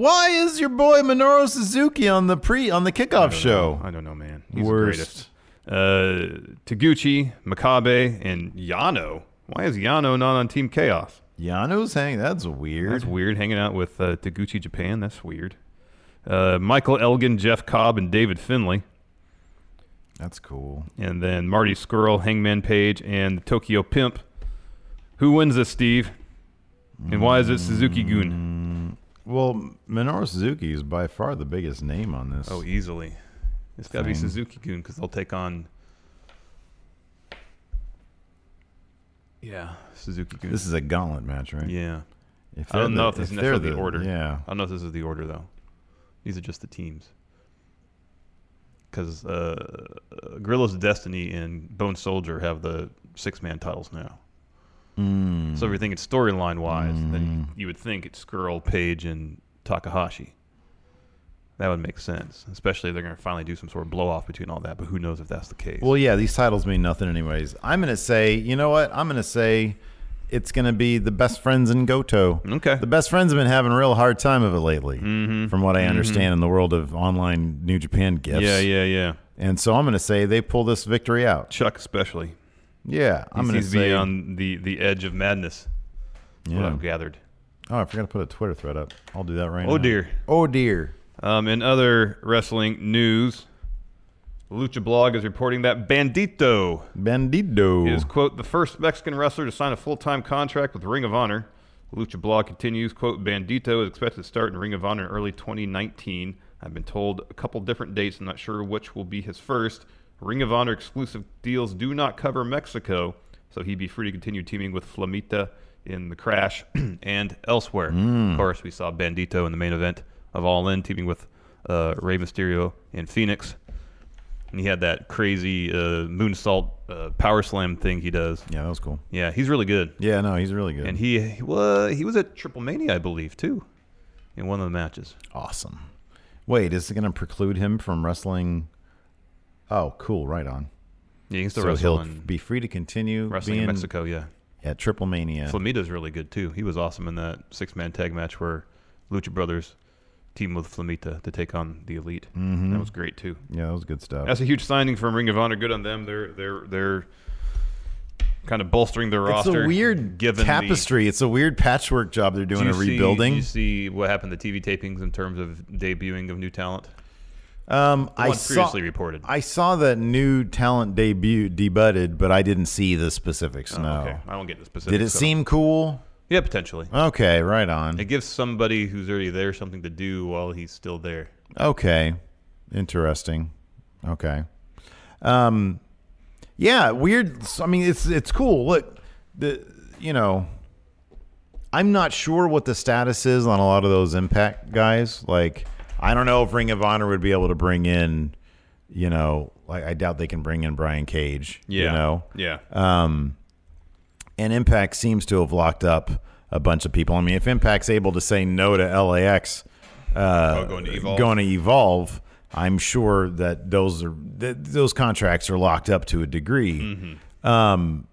Speaker 10: Why is your boy Minoru Suzuki on the pre on the kickoff show?
Speaker 11: Oh, I don't know, man. He's
Speaker 10: Worst.
Speaker 11: the greatest. Uh, Taguchi, Makabe, and Yano. Why is Yano not on Team Chaos?
Speaker 10: Yano's hanging. That's weird.
Speaker 11: That's weird. Hanging out with uh, Taguchi Japan. That's weird. Uh, Michael Elgin, Jeff Cobb, and David Finley.
Speaker 10: That's cool.
Speaker 11: And then Marty Skrull, Hangman Page, and the Tokyo Pimp. Who wins this, Steve? And why is it Suzuki
Speaker 10: Mm.
Speaker 11: Goon?
Speaker 10: Well, Minoru Suzuki is by far the biggest name on this.
Speaker 11: Oh, easily. It's got to be
Speaker 10: Thing.
Speaker 11: Suzuki Goon because they'll take on. Yeah, Suzuki Goon.
Speaker 10: This is a gauntlet match, right?
Speaker 11: Yeah.
Speaker 10: If
Speaker 11: I don't
Speaker 10: they're
Speaker 11: know
Speaker 10: the-
Speaker 11: if this is
Speaker 10: they're
Speaker 11: necessarily the, order.
Speaker 10: Yeah.
Speaker 11: I don't know if this is the order though. These are just the teams. Because uh, uh, Gorilla's Destiny and Bone Soldier have the six-man titles now.
Speaker 10: Mm.
Speaker 11: So if you're thinking storyline-wise, then you would think it's Skrull, Page, and Takahashi. That would make sense, especially if they're going to finally do some sort of blow-off between all that. But who knows if that's the case?
Speaker 10: Well, yeah, these titles mean nothing, anyways. I'm gonna say, you know what? I'm gonna say it's gonna be the best friends in Goto.
Speaker 11: Okay. Mm-hmm.
Speaker 10: The best friends have been having a real hard time of it lately, from what I understand in the world of online New Japan gifts.
Speaker 11: Yeah, yeah, yeah.
Speaker 10: And so I'm gonna say they pull this victory out.
Speaker 11: Chuck, especially.
Speaker 10: Yeah, I'm
Speaker 11: he
Speaker 10: gonna
Speaker 11: seems to be
Speaker 10: say-
Speaker 11: on the the edge of madness. What
Speaker 10: Yeah.
Speaker 11: I've gathered.
Speaker 10: Oh, I forgot to put a Twitter thread up. I'll do that right now.
Speaker 11: Oh dear.
Speaker 10: Oh dear.
Speaker 11: Um, in other wrestling news, Lucha Blog is reporting that Bandito
Speaker 10: Bandido.
Speaker 11: is quote the first Mexican wrestler to sign a full time contract with Ring of Honor. Lucha Blog continues quote Bandito is expected to start in Ring of Honor in early 2019. I've been told a couple different dates. I'm not sure which will be his first. Ring of Honor exclusive deals do not cover Mexico, so he'd be free to continue teaming with Flamita in the Crash and elsewhere. Of course, we saw Bandito in the main event of All In teaming with uh, Rey Mysterio and Phoenix. And he had that crazy uh, moonsault uh, power slam thing he does.
Speaker 10: Yeah, that was cool.
Speaker 11: Yeah, he's really good.
Speaker 10: Yeah, no, he's really good.
Speaker 11: And he he was he was at Triple Mania, I believe, too, in one of the matches.
Speaker 10: Awesome. Wait, is it going to preclude him from wrestling? Oh, cool. Right on.
Speaker 11: Yeah, he can still
Speaker 10: so
Speaker 11: wrestle
Speaker 10: he'll
Speaker 11: in-
Speaker 10: be free to continue
Speaker 11: Wrestling in
Speaker 10: being
Speaker 11: Mexico, yeah.
Speaker 10: at Triple Mania.
Speaker 11: Flamita's really good too. He was awesome in that six man tag match where Lucha Brothers teamed with Flamita to take on the Elite.
Speaker 10: Mhm.
Speaker 11: That was great too.
Speaker 10: Yeah, that was good stuff.
Speaker 11: That's a huge signing from Ring of Honor. Good on them. They're they're they're kind of bolstering their
Speaker 10: it's
Speaker 11: roster.
Speaker 10: a weird
Speaker 11: given the-
Speaker 10: tapestry. it's a weird patchwork job they're doing.
Speaker 11: Do
Speaker 10: A
Speaker 11: you see- do
Speaker 10: rebuilding.
Speaker 11: you see what happened to TV tapings in terms of debuting of new talent?
Speaker 10: um,
Speaker 11: The
Speaker 10: I
Speaker 11: one
Speaker 10: saw,
Speaker 11: previously reported.
Speaker 10: I saw that new talent debut debuted, but I didn't see the specifics.
Speaker 11: Oh,
Speaker 10: no,
Speaker 11: okay. I don't get the
Speaker 10: Did it
Speaker 11: specifics, so-
Speaker 10: seem cool?
Speaker 11: Yeah, potentially.
Speaker 10: Okay, right on.
Speaker 11: It gives somebody who's already there something to do while he's still there.
Speaker 10: Okay. Interesting. Okay. Um yeah, weird I mean it's it's cool. Look, the you know I'm not sure what the status is on a lot of those impact guys. Like I don't know if Ring of Honor would be able to bring in, you know, Uh, like I doubt they can bring in Brian Cage, you
Speaker 11: Yeah.
Speaker 10: know.
Speaker 11: Yeah.
Speaker 10: Um and Impact seems to have locked up a bunch of people. I mean, if Impact's able to say no to LAX, uh,
Speaker 11: Oh, going to Evolve.
Speaker 10: going to evolve, I'm sure that those are th- those contracts are locked up to a degree.
Speaker 11: Mm-hmm.
Speaker 10: Um,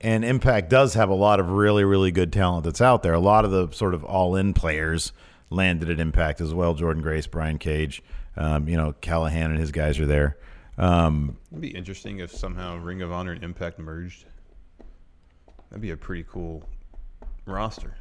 Speaker 10: and Impact does have a lot of really, really good talent that's out there. A lot of the sort of all-in players landed at Impact as well. Jordan Grace, Brian Cage, um, you know Callahan and his guys are there. Um,
Speaker 11: It'd be interesting if somehow Ring of Honor and Impact merged. That'd be a pretty cool roster.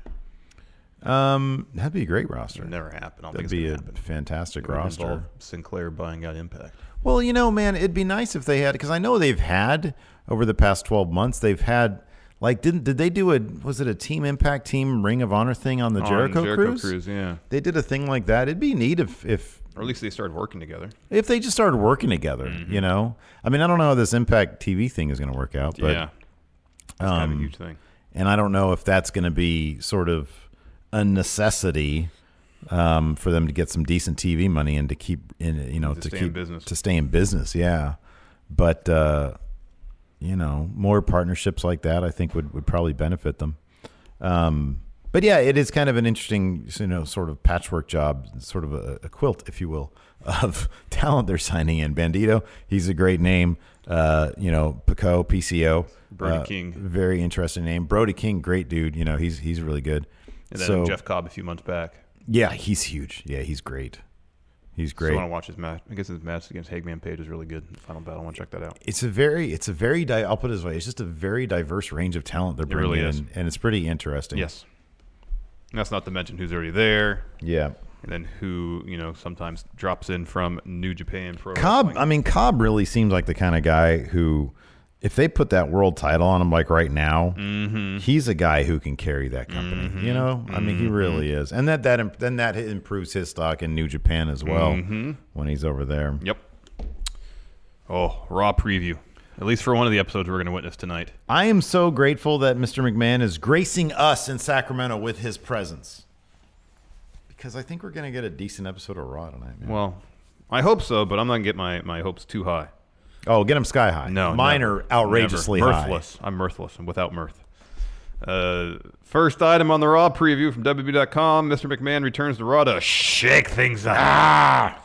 Speaker 10: um, that'd be a great roster.
Speaker 11: Never happened. I don't
Speaker 10: That'd
Speaker 11: think
Speaker 10: be
Speaker 11: it's
Speaker 10: a
Speaker 11: gonna happen.
Speaker 10: fantastic
Speaker 11: It would
Speaker 10: roster.
Speaker 11: involve Sinclair buying out Impact.
Speaker 10: Well, you know, man, it'd be nice if they had because I know they've had over the past twelve months they've had like didn't did they do a was it a Team Impact Team Ring of Honor thing on the
Speaker 11: On
Speaker 10: Jericho,
Speaker 11: Jericho
Speaker 10: cruise?
Speaker 11: Cruise, yeah.
Speaker 10: they did a thing like that. It'd be neat if if
Speaker 11: Or at least they started working together.
Speaker 10: if they just started working together.
Speaker 11: Mm-hmm.
Speaker 10: You know, I mean, I don't know how this Impact TV thing is going to work out, but um,
Speaker 11: Yeah. That's kind of a huge thing.
Speaker 10: and I don't know if that's going to be sort of a necessity um, for them to get some decent TV money and to keep in, you know,
Speaker 11: To
Speaker 10: to,
Speaker 11: stay in
Speaker 10: keep
Speaker 11: business.
Speaker 10: to stay in business. Yeah, but uh, you know, more partnerships like that, I think would would probably benefit them. Um, but yeah, it is kind of an interesting, you know, sort of patchwork job, sort of a, a quilt, if you will, of talent they're signing in. Bandito, he's a great name. Uh, you know, Pico, PCO,
Speaker 11: Brody
Speaker 10: uh,
Speaker 11: King.
Speaker 10: very interesting name. Brody King, great dude. You know, he's he's really good.
Speaker 11: And then
Speaker 10: so
Speaker 11: Jeff Cobb a few months back.
Speaker 10: yeah, he's huge. Yeah, he's great. He's great.
Speaker 11: I want to watch his match. I guess his match against Hangman Page is really good. The final battle. I want to check that out.
Speaker 10: it's a very it's a very di- I'll put it this way it's just a very diverse range of talent they're
Speaker 11: It
Speaker 10: bringing
Speaker 11: really is.
Speaker 10: in and it's pretty interesting
Speaker 11: Yes. And that's not to mention who's already there.
Speaker 10: Yeah.
Speaker 11: And then who, you know, sometimes drops in from New Japan Pro.
Speaker 10: Cobb I mean Cobb really seems like the kind of guy who if they put that world title on him like right now
Speaker 11: Mm-hmm.
Speaker 10: he's a guy who can carry that company you know I mean he really is and that that imp- then that improves his stock in New Japan as well
Speaker 11: Mhm.
Speaker 10: when he's over there
Speaker 11: Yep. Oh, raw preview. At least for one of the episodes we're going to witness tonight.
Speaker 10: I am so grateful that Mr. McMahon is gracing us in Sacramento with his presence because I think we're going to get a decent episode of Raw tonight man
Speaker 11: Well, I hope so, but I'm not going to get my, my hopes too high.
Speaker 10: Oh, get them sky high.
Speaker 11: No,
Speaker 10: mine
Speaker 11: never,
Speaker 10: are outrageously
Speaker 11: never.
Speaker 10: high.
Speaker 11: Mirthless. I'm mirthless. I'm without mirth. Uh, first item on the Raw preview from E WB.com: Mr. McMahon returns to Raw to shake things up. Ah,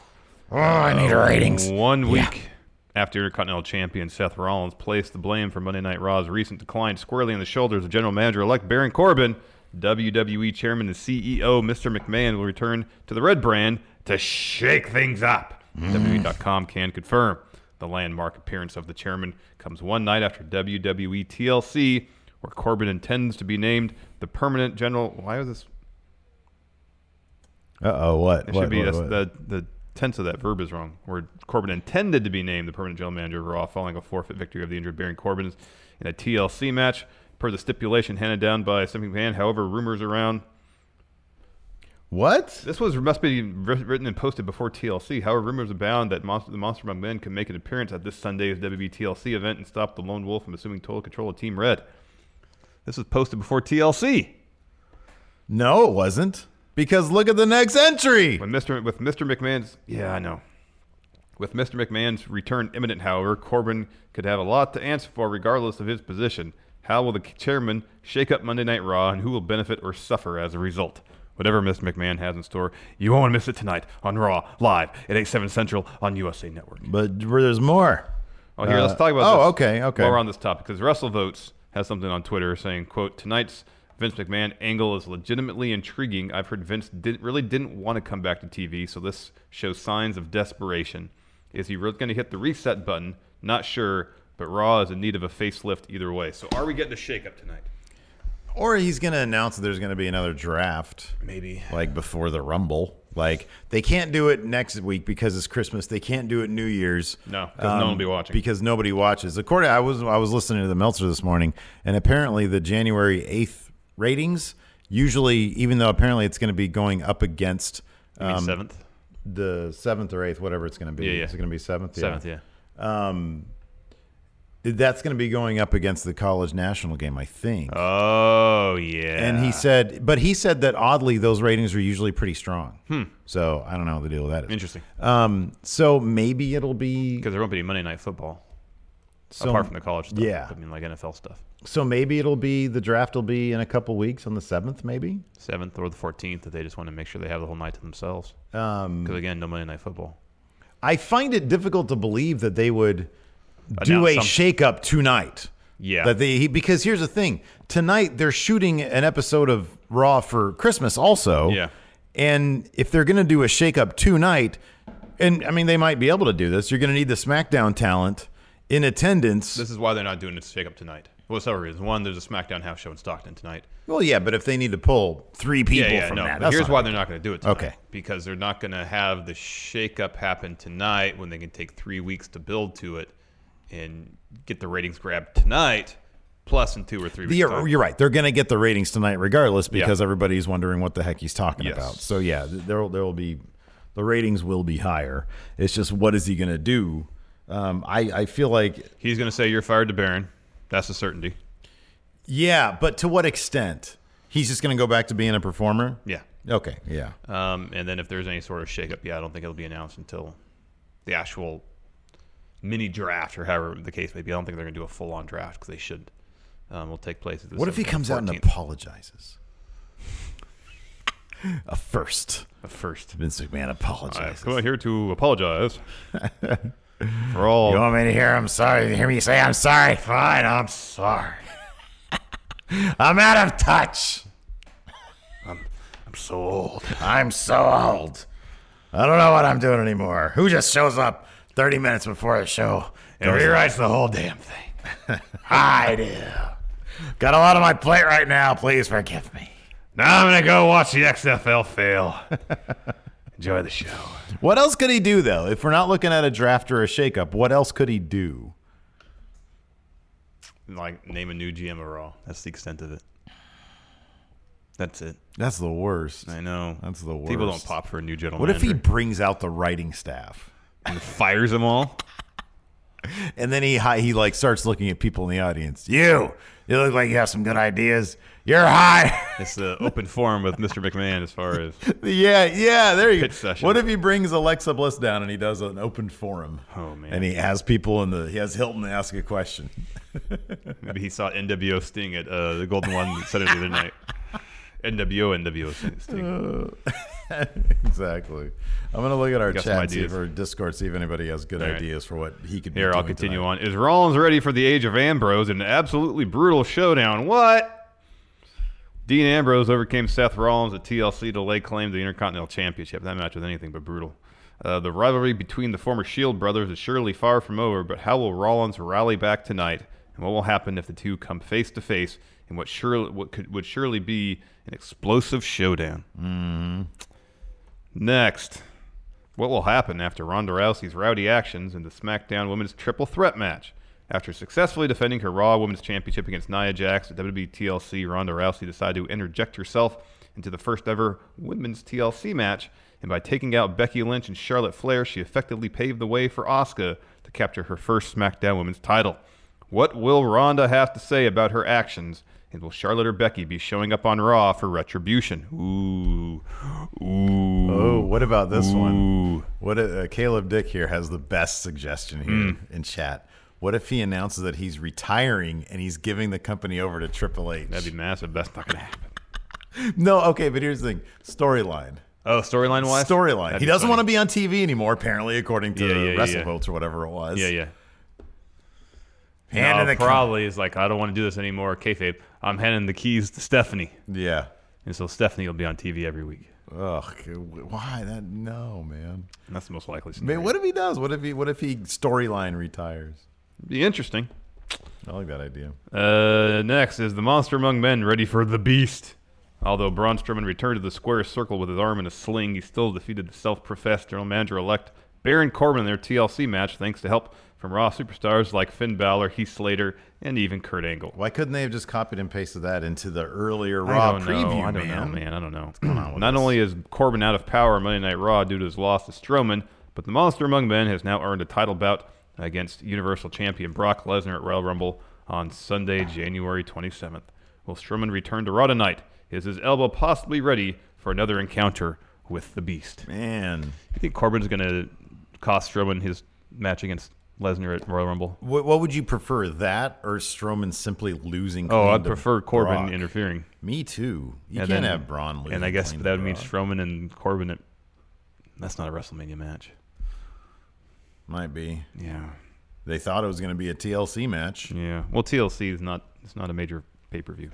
Speaker 10: oh, I need ratings.
Speaker 11: One week after Intercontinental Champion Seth Rollins placed the blame for Monday Night Raw's recent decline squarely on the shoulders of General Manager-elect Baron Corbin, WWE Chairman and CEO Mr. McMahon will return to the Red Brand to shake things up. WWE.com can confirm. The landmark appearance of the chairman comes one night after E WWE TLC, where Corbin intends to be named the permanent general. Why was this?
Speaker 10: Uh oh, what?
Speaker 11: It
Speaker 10: what,
Speaker 11: should be
Speaker 10: what,
Speaker 11: that's-
Speaker 10: what?
Speaker 11: The, the tense of that verb is wrong. Where Corbin intended to be named the permanent general manager of Raw following a forfeit victory of the injured Baron Corbin in a TLC match, per the stipulation handed down by Stephanie McMahon. However, rumors around
Speaker 10: What?
Speaker 11: This was must be writ- written and posted before TLC. However, rumors abound that Monster, the Monster McMahon could make an appearance at this Sunday's WWE TLC event and stop the Lone Wolf from assuming total control of Team Red. This was posted before TLC.
Speaker 10: No, it wasn't. Because look at the next entry.
Speaker 11: When Mr. With Mr. McMahon's, yeah, I know. With Mr. McMahon's return imminent, however, Corbin could have a lot to answer for, regardless of his position. How will the chairman shake up Monday Night Raw, and who will benefit or suffer as a result? Whatever Mr. McMahon has in store, you won't want to miss it tonight on Raw live at 8 7 Central on USA Network.
Speaker 10: But where there's more.
Speaker 11: Oh, here, let's
Speaker 10: Uh,
Speaker 11: talk about.
Speaker 10: Oh,
Speaker 11: this
Speaker 10: okay, okay.
Speaker 11: While we're on this topic, because WrestleVotes has something on Twitter saying, "quote Tonight's Vince McMahon angle is legitimately intriguing. I've heard Vince didn't really didn't want to come back to TV, so this shows signs of desperation. Is he really going to hit the reset button? Not sure, but Raw is in need of a facelift either way. So are we getting a shakeup tonight?
Speaker 10: Or he's going to announce that there's going to be another draft. Maybe. Like before the Rumble. Like they can't do it next week because it's Christmas. They can't do it New Year's. Um,
Speaker 11: No, 'cause no one will be watching.
Speaker 10: Because nobody watches. According, I was I was listening to the Meltzer this morning, and apparently the January eighth ratings usually, even though apparently it's going to be going up against
Speaker 11: You
Speaker 10: Um,
Speaker 11: mean seventh?
Speaker 10: the seventh or eighth, whatever it's going to be.
Speaker 11: Yeah, yeah.
Speaker 10: Is it going to be seventh?
Speaker 11: Seventh, yeah.
Speaker 10: Um, that's going to be going up against the college national game, I think.
Speaker 11: Oh yeah.
Speaker 10: And he said, but he said that oddly, those ratings are usually pretty strong.
Speaker 11: Hmm.
Speaker 10: So I don't know what the deal with that is.
Speaker 11: Interesting.
Speaker 10: Um, so maybe it'll be
Speaker 11: because there won't be any Monday Night Football
Speaker 10: So-
Speaker 11: apart from the college stuff.
Speaker 10: yeah.
Speaker 11: I mean, like NFL stuff.
Speaker 10: So maybe it'll be the draft will be in a couple weeks on the seventh, maybe.
Speaker 11: Seventh or the fourteenth, that they just want to make sure they have the whole night to themselves.
Speaker 10: Because
Speaker 11: again, no Monday Night Football.
Speaker 10: I find it difficult to believe that they would do
Speaker 11: Announce
Speaker 10: a
Speaker 11: something.
Speaker 10: shakeup tonight.
Speaker 11: Yeah.
Speaker 10: That they he- because here's the thing tonight they're shooting an episode of Raw for Christmas also. Yeah. And if they're going to do a shakeup tonight, and I mean they might be able to do this, you're going to need the SmackDown talent in attendance.
Speaker 11: This is why they're not doing a shakeup tonight. Well, several reasons. One, there's a SmackDown house show in Stockton tonight.
Speaker 10: Well, yeah, but if they need to pull three people
Speaker 11: yeah, yeah,
Speaker 10: from
Speaker 11: no,
Speaker 10: that,
Speaker 11: but
Speaker 10: that's
Speaker 11: here's
Speaker 10: not
Speaker 11: why they're not going to do it tonight.
Speaker 10: Okay.
Speaker 11: Because they're not going to have the shakeup happen tonight when they can take three weeks to build to it and get the ratings grabbed tonight, plus in two or three
Speaker 10: The-
Speaker 11: weeks.
Speaker 10: you're,
Speaker 11: time.
Speaker 10: you're right. They're going to get the ratings tonight, regardless,
Speaker 11: Yeah.
Speaker 10: because everybody's wondering what the heck he's talking
Speaker 11: Yes.
Speaker 10: about. So yeah, th- there will there will be the ratings will be higher. It's just what is he going to do? Um, I I feel like
Speaker 11: He's going to say you're fired to Baron. That's a certainty.
Speaker 10: yeah, but to what extent? He's just going to go back to being a performer.
Speaker 11: Yeah.
Speaker 10: Okay. Yeah.
Speaker 11: Um, and then if there's any sort of shakeup, yeah, I don't think it'll be announced until the actual mini draft or however the case may be. I don't think they're going to do a full on draft because they should. Um, will take place. At the
Speaker 10: What if he
Speaker 11: 17th,
Speaker 10: comes out and
Speaker 11: 14th.
Speaker 10: apologizes? A first.
Speaker 11: A first.
Speaker 10: Vince McMahon apologizes.
Speaker 11: I've come out here to apologize for
Speaker 10: You
Speaker 11: all.
Speaker 10: want me to hear I'm sorry? Hear me say I'm sorry? Fine, I'm sorry. I'm out of touch. I'm, I'm so old. I'm so old. I don't know what I'm doing anymore. Who just shows up 30 minutes before the show and
Speaker 12: Goes
Speaker 10: rewrites
Speaker 12: out.
Speaker 10: the whole damn thing? I do. Got a lot on my plate right now. Please forgive me.
Speaker 12: Now I'm gonna go watch the XFL fail. Enjoy the show.
Speaker 10: What else could he do, though? If we're not looking at a draft or a shakeup, what else could he do?
Speaker 11: like name a new GM of Raw. That's the extent of it. That's it.
Speaker 10: That's the worst.
Speaker 11: I know.
Speaker 10: That's the worst.
Speaker 11: People don't pop for a new general
Speaker 10: What if he
Speaker 11: manager.
Speaker 10: brings out the writing staff
Speaker 11: and fires them all?
Speaker 10: And then he hi- he like starts looking at people in the audience. You, you look like you have some good ideas. You're high.
Speaker 11: It's the open forum with Mr. McMahon as far as
Speaker 10: yeah, yeah. There you
Speaker 11: Pitch session.
Speaker 10: What if he brings Alexa Bliss down and he does an open forum?
Speaker 11: Oh man.
Speaker 10: And he has people in the he has Hilton ask a question.
Speaker 11: Maybe he saw NWO Sting at uh, the Golden One Saturday the other night. NWO NWO Sting. Sting.
Speaker 10: exactly. I'm gonna look at our
Speaker 11: Got some
Speaker 10: chat see if
Speaker 11: ideas.
Speaker 10: our Discord see if anybody has good
Speaker 11: All right.
Speaker 10: ideas for what he could.
Speaker 11: Here,
Speaker 10: be
Speaker 11: I'll
Speaker 10: doing
Speaker 11: continue
Speaker 10: tonight.
Speaker 11: on. Is Rollins ready for the Age of Ambrose in an absolutely brutal showdown? What? Dean Ambrose overcame Seth Rollins at TLC to lay claim to the Intercontinental Championship. That match was anything but brutal. Uh, the rivalry between the former Shield E brothers is surely far from over, but how will Rollins rally back tonight, and what will happen if the two come face to face in what surely what could would surely be an explosive showdown? Mm-hmm. Next, what will happen after Ronda Rousey's rowdy actions in the SmackDown Women's Triple Threat match? After successfully defending her Raw Women's Championship against Nia Jax at WWE TLC, Ronda Rousey decided to interject herself into the first ever Women's TLC match, and by taking out Becky Lynch and Charlotte Flair, she effectively paved the way for Asuka to capture her first SmackDown Women's title. What will Ronda have to say about her actions? And will Charlotte or Becky be showing up on Raw for retribution? Ooh. Ooh.
Speaker 10: Oh, what about this one? What uh, Caleb Dick here has the best suggestion here
Speaker 11: Hmm.
Speaker 10: in chat. What if he announces that he's retiring and he's giving the company over to Triple H? That'd
Speaker 11: be massive. That's not gonna happen.
Speaker 10: no, okay, but here's the thing: storyline.
Speaker 11: Oh, storyline wise?
Speaker 10: storyline.
Speaker 11: That'd
Speaker 10: He
Speaker 11: be
Speaker 10: doesn't
Speaker 11: funny.
Speaker 10: want to be on TV anymore, apparently, according to
Speaker 11: Yeah, yeah, yeah,
Speaker 10: Wrestle
Speaker 11: yeah.
Speaker 10: Quotes or whatever it was.
Speaker 11: Yeah, yeah.
Speaker 10: Hand
Speaker 11: no,
Speaker 10: in the
Speaker 11: probably is like, I don't want to do this anymore. Kayfabe, I'm handing the keys to Stephanie.
Speaker 10: Yeah.
Speaker 11: And so Stephanie will be on TV every week.
Speaker 10: Ugh, why that? No, man.
Speaker 11: That's the most likely
Speaker 10: Man,
Speaker 11: scenario.
Speaker 10: what if he does? What if he? What if he storyline retires?
Speaker 11: Be interesting.
Speaker 10: I like that idea.
Speaker 11: Uh, next is the monster among men ready for the beast. Although Braun Strowman returned to the square circle with his arm in a sling, he still defeated the self-professed general manager-elect Baron Corbin in their TLC match, thanks to help from Raw superstars like Finn Balor, Heath Slater, and even Kurt Angle.
Speaker 10: Why couldn't they have just copied and pasted that into the earlier
Speaker 11: I
Speaker 10: Raw
Speaker 11: don't know.
Speaker 10: preview,
Speaker 11: I don't
Speaker 10: man?
Speaker 11: know, man. I don't know.
Speaker 10: on with
Speaker 11: Not only is Corbin out of power on Monday Night Raw due to his loss to Strowman, but the Monster Among Men has now earned a title bout against Universal Champion Brock Lesnar at Royal Rumble on Sunday, January 27th. Will Strowman return to Raw tonight? Is his elbow possibly ready for another encounter with the Beast?
Speaker 10: Man,
Speaker 11: you think Corbin's going to cost Strowman his match against Lesnar at Royal Rumble.
Speaker 10: What, what would you prefer, that or Strowman simply losing?
Speaker 11: Oh,
Speaker 10: clean
Speaker 11: I
Speaker 10: to
Speaker 11: prefer Corbin
Speaker 10: Brock?
Speaker 11: interfering.
Speaker 10: Me too. You
Speaker 11: And
Speaker 10: can't
Speaker 11: then-
Speaker 10: have Braun lose.
Speaker 11: And I guess that would mean Strowman and Corbin. At, that's not a WrestleMania match.
Speaker 10: Might be.
Speaker 11: Yeah.
Speaker 10: They thought it was going to be a TLC match.
Speaker 11: Yeah. Well, TLC is not. It's not a major pay per view.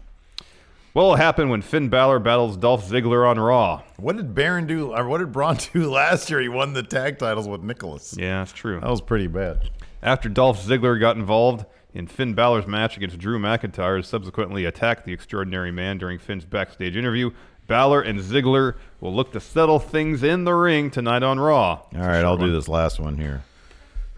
Speaker 11: What will happen when Finn Balor battles Dolph Ziggler on Raw?
Speaker 10: What did Baron do? Or what did Braun do last year? He won the tag titles with Nicholas.
Speaker 11: Yeah, that's true.
Speaker 10: That was pretty bad.
Speaker 11: After Dolph Ziggler got involved in Finn Balor's match against Drew McIntyre, subsequently attacked the extraordinary man during Finn's backstage interview, Balor and Ziggler will look to settle things in the ring tonight on Raw.
Speaker 10: All right, I'll do this last one here.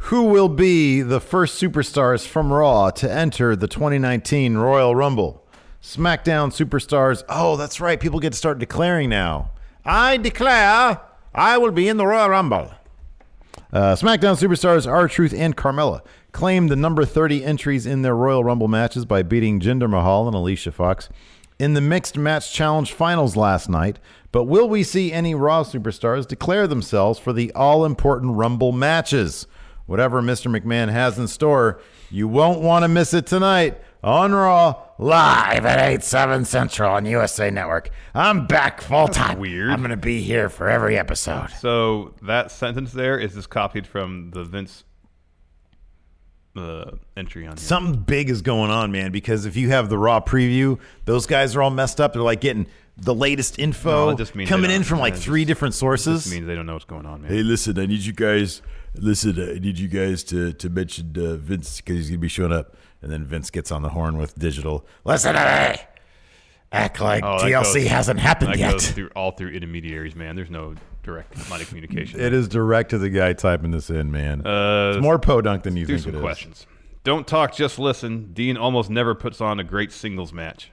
Speaker 10: Who will be the first superstars from Raw to enter the 2019 Royal Rumble? SmackDown superstars. Oh, that's right. People get to start declaring now. I declare I will be in the Royal Rumble. Uh, SmackDown superstars R Truth and Carmella claimed the number 30 entries in their Royal Rumble matches by beating Jinder Mahal and Alicia Fox in the mixed match challenge finals last night. But will we see any Raw superstars declare themselves for the all important Rumble matches? Whatever Mr. McMahon has in store, you won't want to miss it tonight on Raw live at 8, 7 Central on USA Network. I'm back full time. Weird. I'm going to be here for every episode.
Speaker 11: So that sentence there is just copied from the Vince uh, entry on here.
Speaker 10: Something big is going on, man, because if you have the raw preview, those guys are all messed up. They're like getting the latest info
Speaker 11: No, it just means
Speaker 10: coming
Speaker 11: they
Speaker 10: in
Speaker 11: don't-
Speaker 10: from like
Speaker 11: it just-
Speaker 10: three different sources.
Speaker 11: This means they don't know what's going on, man.
Speaker 13: Hey, listen, I need you guys. Listen, I need you guys to to mention uh, Vince because he's gonna be showing up.
Speaker 10: And then Vince gets on the horn with digital. Listen to me. Act like
Speaker 11: Oh, that
Speaker 10: TLC
Speaker 11: goes-
Speaker 10: hasn't happened
Speaker 11: that
Speaker 10: yet.
Speaker 11: Goes through, all through intermediaries, man. There's no direct line of communication.
Speaker 10: It is direct to the guy typing this in, man.
Speaker 11: Uh,
Speaker 10: it's more podunk than you
Speaker 11: do
Speaker 10: think
Speaker 11: some
Speaker 10: it is.
Speaker 11: questions. Don't talk, just listen. Dean almost never puts on a great singles match.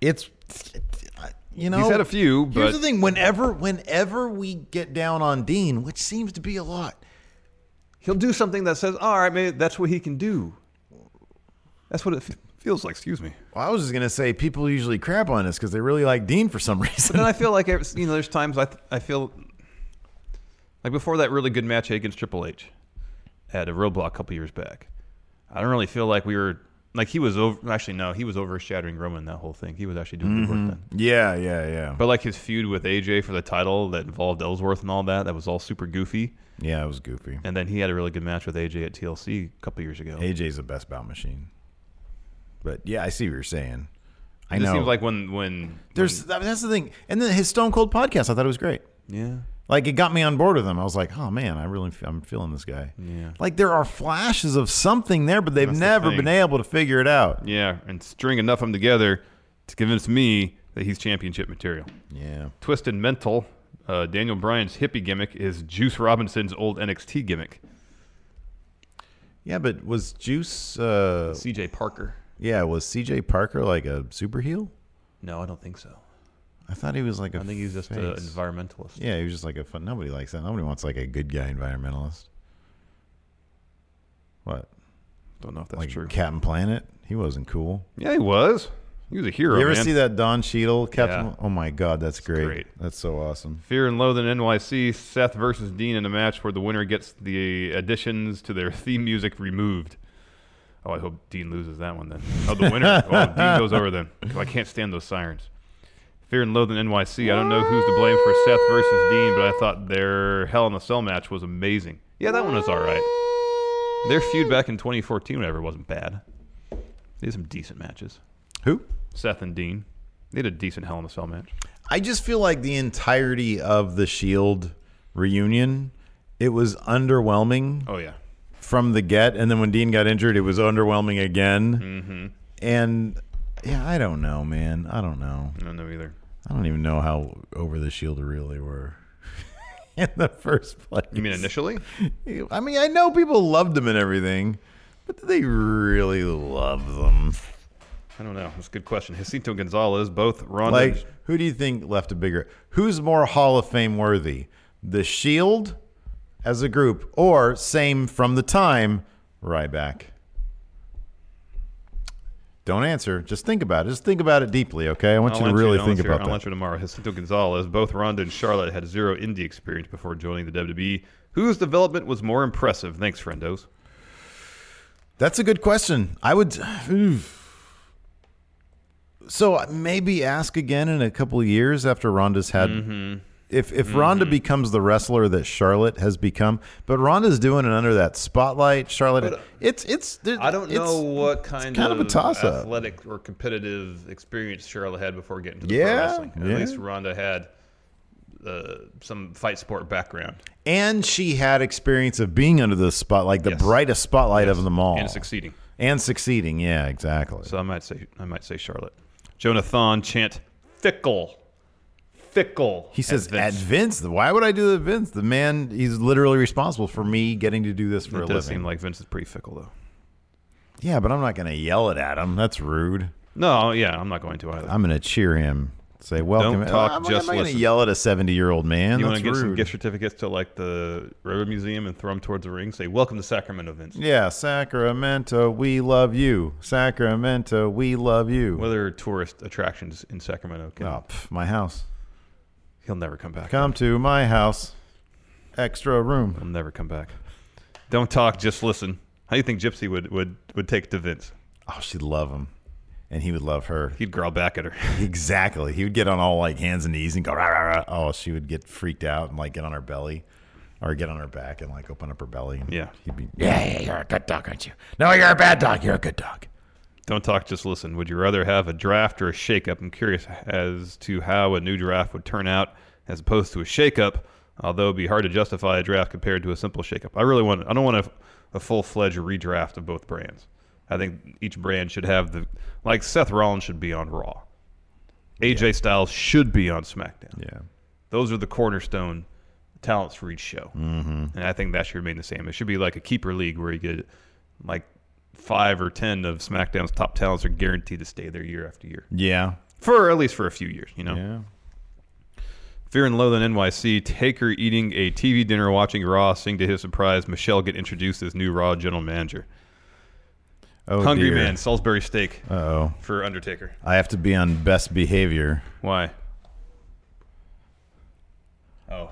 Speaker 10: It's you know
Speaker 11: He's had a few,
Speaker 10: here's
Speaker 11: but-
Speaker 10: the thing: whenever whenever we get down on Dean, which seems to be a lot,
Speaker 11: he'll do something that says, "All right, maybe that's what he can do." That's what it f- feels like. Excuse me.
Speaker 10: Well, I was just gonna say people usually crap on us because they really like Dean for some reason.
Speaker 11: But then I feel like every- you know, there's times I th- I feel like before that really good match against Triple H at a roadblock a couple years back. I don't really feel like we were like he was over. Actually, no, he was overshadowing Roman in that whole thing. He was actually doing good work
Speaker 10: Mhm.
Speaker 11: then.
Speaker 10: Yeah, yeah, yeah.
Speaker 11: But like his feud with AJ for the title that involved Ellsworth and all that, that was all super goofy.
Speaker 10: Yeah, it was goofy.
Speaker 11: And then he had a really good match with AJ at TLC a couple years ago.
Speaker 10: AJ's the best bout machine. But yeah, I see what you're saying. I
Speaker 11: It just
Speaker 10: know.
Speaker 11: seems like when when
Speaker 10: There's I mean, that's the thing, and then his Stone Cold podcast, I thought it was great.
Speaker 11: Yeah,
Speaker 10: like it got me on board with him. I was like, oh man, I really f- I'm feeling this guy.
Speaker 11: Yeah.
Speaker 10: like there are flashes of something there, but they've
Speaker 11: That's the
Speaker 10: never
Speaker 11: thing.
Speaker 10: been able to figure it out.
Speaker 11: Yeah, and string enough of them together to convince me that he's championship material.
Speaker 10: Yeah.
Speaker 11: Twisted Mental, uh, Daniel Bryan's hippie gimmick is Juice Robinson's old NXT gimmick.
Speaker 10: Yeah, but was Juice uh,
Speaker 11: CJ Parker?
Speaker 10: Yeah, was CJ Parker like a super heel?
Speaker 11: No, I don't think so.
Speaker 10: I thought he was like a.
Speaker 11: I think he's just a
Speaker 10: face.
Speaker 11: environmentalist.
Speaker 10: Yeah, he was just like a fun. Nobody likes that. Nobody wants like a good guy environmentalist. What?
Speaker 11: Don't know if that's
Speaker 10: like true. Captain Planet. He wasn't cool.
Speaker 11: Yeah, he was. He was a hero.
Speaker 10: you ever
Speaker 11: man.
Speaker 10: see that Don Cheadle Captain?
Speaker 11: Yeah.
Speaker 10: Oh my God, that's great. That's so awesome.
Speaker 11: Fear and Loathing NYC, Seth versus Dean in a match where the winner gets the additions to their theme music removed. Oh, I hope Dean loses that one then. Oh, the winner. oh, Dean goes over then. 'Cause I can't stand those sirens. Fear and Loathing NYC. I don't know who's to blame for Seth versus Dean, but I thought their Hell in a Cell match was amazing. Yeah, that one was all right. Their feud back in 2014, whatever, wasn't bad. They had some decent matches.
Speaker 10: Who?
Speaker 11: Seth and Dean. They had a decent Hell in a Cell match.
Speaker 10: I just feel like the entirety of the Shield E reunion, it was underwhelming.
Speaker 11: Oh yeah.
Speaker 10: From the get, and then when Dean got injured, it was underwhelming again.
Speaker 11: Mhm.
Speaker 10: And yeah, I don't know, man. I don't know.
Speaker 11: I don't know either.
Speaker 10: I don't even know how over the Shield really were. in the first place.
Speaker 11: You mean initially?
Speaker 10: I mean, I know people loved them and everything, but do they really love them?
Speaker 11: I don't know. That's a good question. Jacinto Gonzalez, both Ronda.
Speaker 10: Like, who do you think left a bigger? Who's more Hall of Fame worthy, The Shield as a group, or same from the time Ryback? Don't answer. Just think about it. Just think about it deeply, okay? I want
Speaker 11: I'll
Speaker 10: you to
Speaker 11: answer-
Speaker 10: really
Speaker 11: I'll
Speaker 10: think
Speaker 11: answer-
Speaker 10: about
Speaker 11: I'll
Speaker 10: that.
Speaker 11: answer tomorrow. Jacinto Gonzalez, both Ronda and Charlotte had zero indie experience before joining the WWE. Whose development was more impressive? Thanks, friendos.
Speaker 10: That's a good question. I would. oof. So uh, maybe ask again in a couple of years after Ronda's had.
Speaker 11: Mm-hmm.
Speaker 10: If if Ronda becomes the wrestler that Charlotte has become, but Ronda's doing it under that spotlight. Charlotte, it's it's.
Speaker 11: uh, I don't
Speaker 10: it's-
Speaker 11: know what
Speaker 10: it's
Speaker 11: kind,
Speaker 10: kind of a toss-up.
Speaker 11: athletic or competitive experience Charlotte had before getting to the
Speaker 10: Yeah,
Speaker 11: pro wrestling. At
Speaker 10: yeah.
Speaker 11: least Ronda had uh, some fight sport background
Speaker 10: and she had experience of being under the spotlight, the brightest spotlight of them all,
Speaker 11: and succeeding.
Speaker 10: and succeeding. Yeah, exactly.
Speaker 11: So I might say I might say Charlotte. Jonathan chant fickle, fickle.
Speaker 10: He says, at Vince. Why would I do that, Vince? The man, he's literally responsible for me getting to do this for
Speaker 11: It
Speaker 10: a
Speaker 11: does
Speaker 10: living.
Speaker 11: seem like Vince is pretty fickle though.
Speaker 10: Yeah, but I'm not going to yell it at him. That's rude.
Speaker 11: No, yeah, I'm not going to either.
Speaker 10: I'm going to cheer him. Say, welcome.
Speaker 11: Don't talk,
Speaker 10: I'm,
Speaker 11: just
Speaker 10: I'm not going
Speaker 11: listen.
Speaker 10: to yell at a 70 year old man.
Speaker 11: you want
Speaker 10: That's
Speaker 11: to get some
Speaker 10: rude.
Speaker 11: gift certificates to like the Railroad Museum and throw them towards the ring? Say, "Welcome to Sacramento, Vince."
Speaker 10: yeah, Sacramento, we love you. Sacramento, we love you.
Speaker 11: What other tourist attractions in Sacramento? Can,
Speaker 10: Oh, pff, my house.
Speaker 11: He'll never come back.
Speaker 10: Come to my house. Extra room.
Speaker 11: He'll never come back. Don't talk, just listen. How do you think Gypsy would would would take it to Vince?
Speaker 10: Oh, she'd love him, and he would love her.
Speaker 11: He'd growl back at her.
Speaker 10: Exactly. He would get on all like hands and knees and go, rah, rah, rah. oh, she would get freaked out and like get on her belly or get on her back and like open up her belly. And
Speaker 11: Yeah.
Speaker 10: He'd be,
Speaker 11: Yeah, yeah, you're
Speaker 10: a good dog, aren't you? No, you're a bad dog. You're a good dog.
Speaker 11: Don't talk, just listen. Would you rather have a draft or a shakeup? I'm curious as to how a new draft would turn out as opposed to a shakeup, although it'd be hard to justify a draft compared to a simple shakeup. I really want I don't want a, a full-fledged redraft of both brands. I think each brand should have the like Seth Rollins should be on Raw. AJ Styles should be on SmackDown.
Speaker 10: Yeah.
Speaker 11: Those are the cornerstone talents for each show. Mm-hmm. And I think that should remain the same. It should be like a keeper league where you get like five or 10 of SmackDown's top talents are guaranteed to stay there year after year.
Speaker 10: Yeah.
Speaker 11: For at least for a few years, you know? Yeah. Fear and Loathing NYC, Taker eating a TV dinner, watching Raw, seeing to his surprise, Michelle get introduced as new Raw general manager.
Speaker 10: Oh,
Speaker 11: Hungry
Speaker 10: dear.
Speaker 11: man, Salisbury steak
Speaker 10: Uh oh.
Speaker 11: for Undertaker.
Speaker 10: I have to be on best behavior.
Speaker 11: Why? Oh.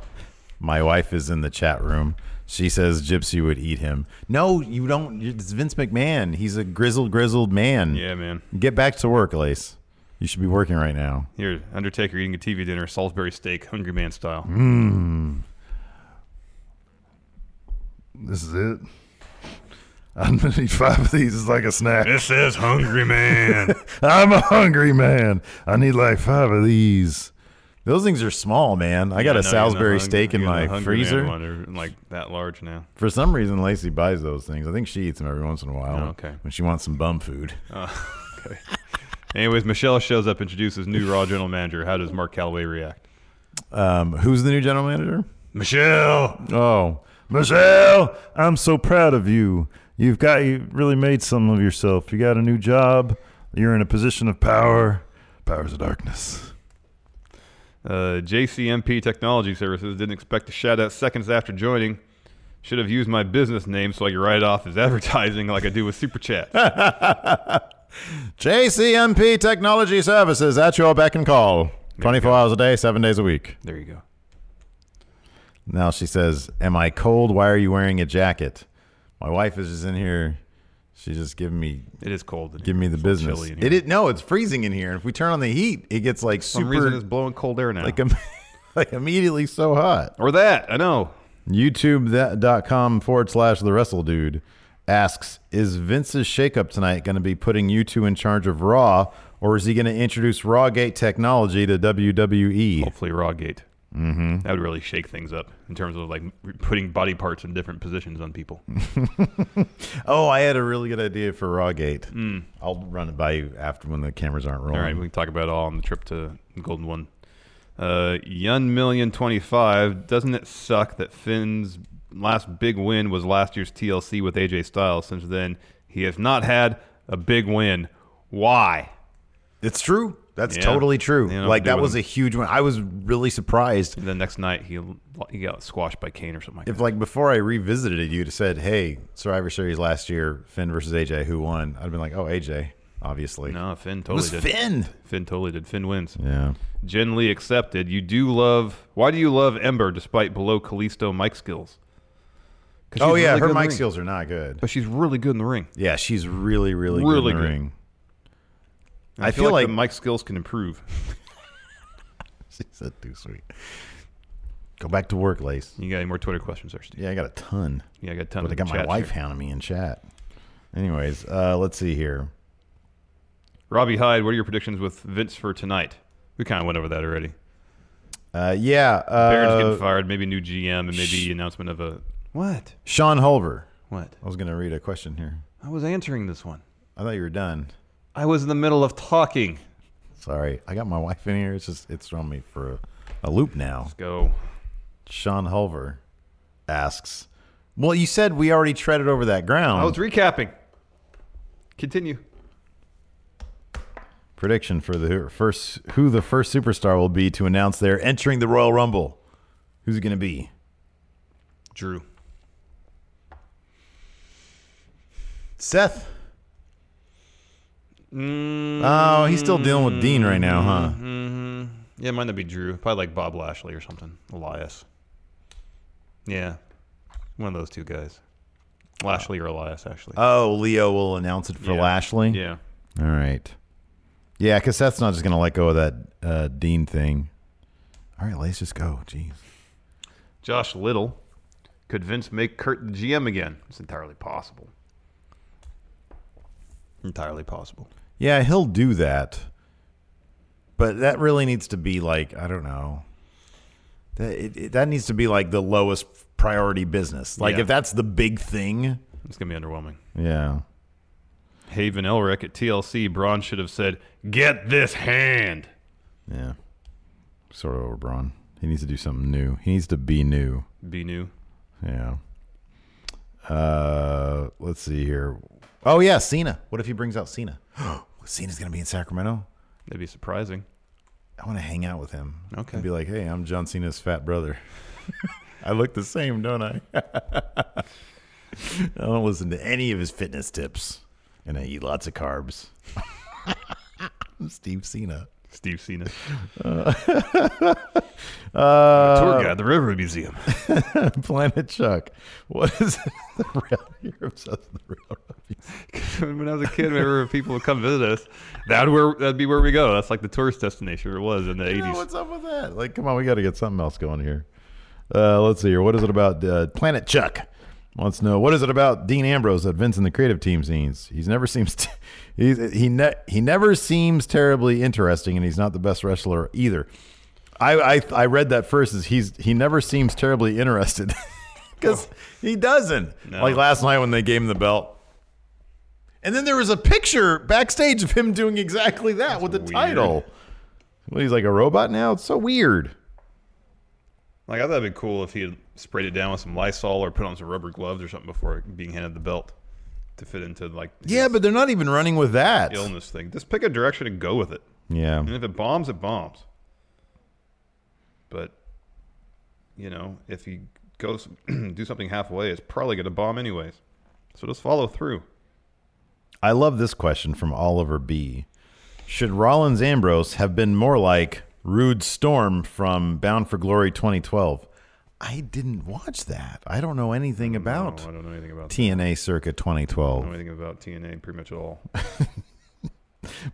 Speaker 10: My wife is in the chat room. She says Gypsy would eat him. No, you don't. It's Vince McMahon. He's a grizzled, grizzled man.
Speaker 11: Yeah, man.
Speaker 10: Get back to work, Lace. You should be working right now.
Speaker 11: Here, Undertaker eating a TV dinner, Salisbury steak, Hungry Man style.
Speaker 12: Mm.
Speaker 10: Mmm. This is it. I'm gonna need five of these. It's like a snack.
Speaker 12: This is Hungry Man.
Speaker 10: I'm a hungry man. I need like five of these. Those things are small, man. I got a Salisbury steak in my freezer.
Speaker 11: like that large now.
Speaker 10: For some reason, Lacey buys those things. I think she eats them every once in a while.
Speaker 11: Oh, okay.
Speaker 10: When she wants some bum food.
Speaker 11: Oh, okay. Anyways, Michelle shows up, introduces new Raw general manager. How does Mark Calloway react?
Speaker 10: Um, who's the new general manager?
Speaker 12: Michelle.
Speaker 10: Oh,
Speaker 14: Michelle, I'm so proud of you. You've got you really made something of yourself. You got a new job. You're in a position of power. Powers of darkness.
Speaker 11: Uh, JCMP Technology Services didn't expect a shout out seconds after joining. Should have used my business name so I could write it off as advertising like I do with Super Chat.
Speaker 10: JCMP Technology Services at your beck and call. 24 hours a day, seven days a week.
Speaker 11: There you go.
Speaker 10: Now she says, Am I cold? Why are you wearing a jacket? My wife is just in here. She's just giving me.
Speaker 11: It is cold. in here.
Speaker 10: Giving me the
Speaker 11: It's a little
Speaker 10: business.
Speaker 11: chilly in
Speaker 10: It is, no, it's freezing in here. And if we turn on the heat, it gets like
Speaker 11: For some
Speaker 10: super.
Speaker 11: reason, it's blowing cold air now.
Speaker 10: Like, im- like immediately so hot.
Speaker 11: Or that, I know.
Speaker 10: YouTube.com forward slash the wrestle dude asks Is Vince's shakeup tonight going to be putting you two in charge of Raw, or is he going to introduce Rawgate technology to E? WWE?
Speaker 11: Hopefully, Rawgate.
Speaker 10: Mm-hmm.
Speaker 11: That would really shake things up in terms of like putting body parts in different positions on people.
Speaker 10: Mm-hmm. Oh, I had a really good idea for Rawgate.
Speaker 11: Hmm.
Speaker 10: I'll run it by you after when the cameras aren't rolling.
Speaker 11: All right, we can talk about it all on the trip to Golden One. Uh, Yun Million 25. Doesn't it suck that Finn's last big win was last year's TLC with AJ Styles? Since then, he has not had a big win. Why?
Speaker 10: It's true. That's totally true. Like, that was a huge one. I was really surprised.
Speaker 11: The next night, he he got squashed by Kane or something like
Speaker 10: If like before I revisited it, you'd have said, "Hey, Survivor Series last year, Finn versus AJ, who won?" I'd have been like, "Oh, AJ, obviously."
Speaker 11: No, Oh, Finn
Speaker 10: It
Speaker 11: totally
Speaker 10: was
Speaker 11: did.
Speaker 10: Finn.
Speaker 11: Finn totally did. Finn wins.
Speaker 10: Yeah.
Speaker 11: Jen Lee accepted. You do love. Why do you love Ember despite below Kalisto mic skills? 'Cause
Speaker 10: Oh
Speaker 11: she's
Speaker 10: yeah,
Speaker 11: really good
Speaker 10: her
Speaker 11: in the
Speaker 10: mic
Speaker 11: ring.
Speaker 10: skills are not good,
Speaker 11: but she's really good in the ring.
Speaker 10: Yeah, she's really, really,
Speaker 11: Really
Speaker 10: good in the
Speaker 11: good.
Speaker 10: ring.
Speaker 11: And I, feel, like, the mic skills can improve.
Speaker 10: she said too sweet. Go back to work, Lace.
Speaker 11: You got any more Twitter questions, there, Steve?
Speaker 10: Yeah, I got a ton.
Speaker 11: Yeah, I got a ton
Speaker 10: But I
Speaker 11: in
Speaker 10: got
Speaker 11: the
Speaker 10: my
Speaker 11: chat
Speaker 10: wife
Speaker 11: here.
Speaker 10: hounding me in chat. Anyways, uh, let's see here.
Speaker 11: Robbie Hyde, what are your predictions with Vince for tonight? We kind of went over that already.
Speaker 10: Uh, yeah, uh,
Speaker 11: Baron's getting fired. Maybe new GM and maybe announcement of a. What?
Speaker 10: Sean Holver.
Speaker 11: What?
Speaker 10: I was going to read a question here.
Speaker 11: I was answering this one.
Speaker 10: I thought you were done.
Speaker 11: I was in the middle of talking.
Speaker 10: Sorry, I got my wife in here. It's just it's thrown me for a, a loop now. Let's
Speaker 11: go.
Speaker 10: Sean Holver asks, "Well, you said we already treaded over that ground."
Speaker 11: I was recapping. Continue.
Speaker 10: Prediction for the first who the first superstar will be to announce they're entering the Royal Rumble. Who's it going to be?
Speaker 11: Drew.
Speaker 10: Seth.
Speaker 11: Mm.
Speaker 10: Oh, he's still dealing with Dean right now, huh?
Speaker 11: hmm Yeah, it might not be Drew. Probably like Bob Lashley or something. Elias. Yeah. One of those two guys. Lashley or Elias, actually.
Speaker 10: Oh, Leo will announce it for
Speaker 11: Yeah.
Speaker 10: Lashley.
Speaker 11: Yeah.
Speaker 10: All right. Yeah, because Seth's not just going to let go of that uh, Dean thing. All right, let's just go. Jeez.
Speaker 11: Josh Little. Could Vince make Kurt the GM again? It's entirely possible. Entirely possible.
Speaker 10: Yeah, he'll do that. But that really needs to be like I don't know. That it, it- that needs to be like the lowest priority business. Like
Speaker 11: Yeah.
Speaker 10: if that's the big thing.
Speaker 11: It's going to be underwhelming.
Speaker 10: Yeah.
Speaker 11: Haven Elric at TLC. Braun should have said, Get this hand.
Speaker 10: Yeah. Sort of over Braun. He needs to do something new. He needs to be new.
Speaker 11: Be new.
Speaker 10: Yeah. Uh, let's see here. Oh yeah, Cena. What if he brings out Cena? Cena's gonna be in Sacramento.
Speaker 11: That'd be surprising.
Speaker 10: I want to hang out with him.
Speaker 11: Okay.
Speaker 10: And be like, hey, I'm John Cena's fat brother. I look the same, don't I? I don't listen to any of his fitness tips, and I eat lots of carbs. I'm Steve Cena.
Speaker 11: Steve Cena.
Speaker 10: Uh,
Speaker 11: tour
Speaker 10: uh,
Speaker 11: guide at the River Museum.
Speaker 10: Planet Chuck. What is the rail? You're obsessed with the railroad.
Speaker 11: when I was a kid, whenever people would come visit us, that where that'd be where we go. That's like the tourist destination it was in the
Speaker 10: Yeah,
Speaker 11: eighties.
Speaker 10: what's up with that? Like, come on, we got to get something else going here. Uh, let's see here. What is it about uh, Planet Chuck? Wants to know what is it about Dean Ambrose that Vince and the creative team sees? He's never seems t- he's, he ne- he never seems terribly interesting, and he's not the best wrestler either. I I, I read that first as he's he never seems terribly interested because he doesn't. Like last night when they gave him the belt, and then there was a picture backstage of him doing exactly that with the title. Well, he's like a robot now. It's so weird.
Speaker 11: Like I thought it'd be cool if he had sprayed it down with some Lysol or put on some rubber gloves or something before being handed the belt to fit into like
Speaker 10: Yeah, but they're not even running with that.
Speaker 11: illness thing. Just pick a direction and go with it.
Speaker 10: Yeah.
Speaker 11: And if it bombs, it bombs. But you know, if you go s- do something halfway, it's probably going to bomb anyways. So just follow through.
Speaker 10: I love this question from Oliver B. Should Rollins Ambrose have been more like Rude Storm from Bound for Glory 2012? I didn't watch that. I don't know anything about
Speaker 11: I don't know anything about
Speaker 10: TNA circa
Speaker 11: I don't know
Speaker 10: 2012.
Speaker 11: anything about TNA pretty much at all.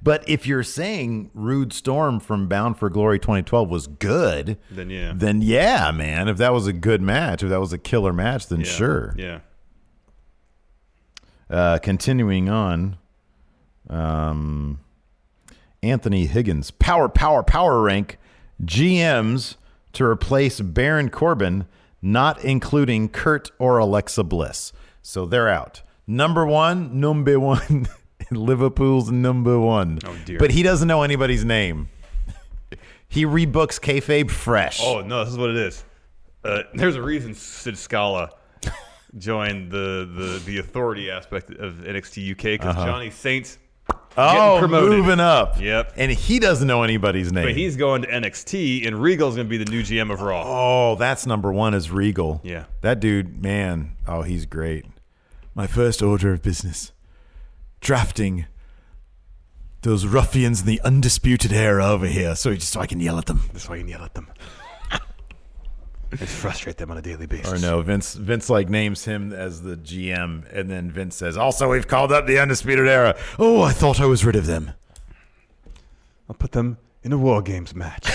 Speaker 10: But if you're saying Rude Storm from Bound for Glory 2012 was good,
Speaker 11: Then yeah.
Speaker 10: Then yeah, man. If that was a good match, if that was a killer match, then
Speaker 11: Yeah.
Speaker 10: sure.
Speaker 11: Yeah.
Speaker 10: Uh, continuing on, um, Anthony Higgins, power, power, power rank GMs to replace Baron Corbin, not including Kurt or Alexa Bliss. So they're out. Number one, number one, Liverpool's number one.
Speaker 11: Oh, dear.
Speaker 10: But he doesn't know anybody's name. He rebooks kayfabe fresh.
Speaker 11: Oh no, this is what it is. Uh, there's a reason Sid Scala joined the, the the authority aspect of NXT UK because
Speaker 10: Uh-huh.
Speaker 11: Johnny Saints
Speaker 10: Oh,
Speaker 11: getting promoted.
Speaker 10: moving up.
Speaker 11: Yep.
Speaker 10: And he doesn't know anybody's name.
Speaker 11: But he's going to NXT, and Regal's going to be the new GM of Raw.
Speaker 10: Oh, that's number one is Regal.
Speaker 11: Yeah.
Speaker 10: That dude, man. Oh, he's great.
Speaker 13: My first order of business drafting those ruffians in the undisputed era over here so just so I can yell at them.
Speaker 11: That's why you yell at them. It's frustrate them on a daily basis.
Speaker 10: Or no, Vince Vince like names him as the GM, and then Vince says, "Also, we've called up the Undisputed Era."
Speaker 13: Oh, I thought I was rid of them.
Speaker 11: I'll put them in a War Games match.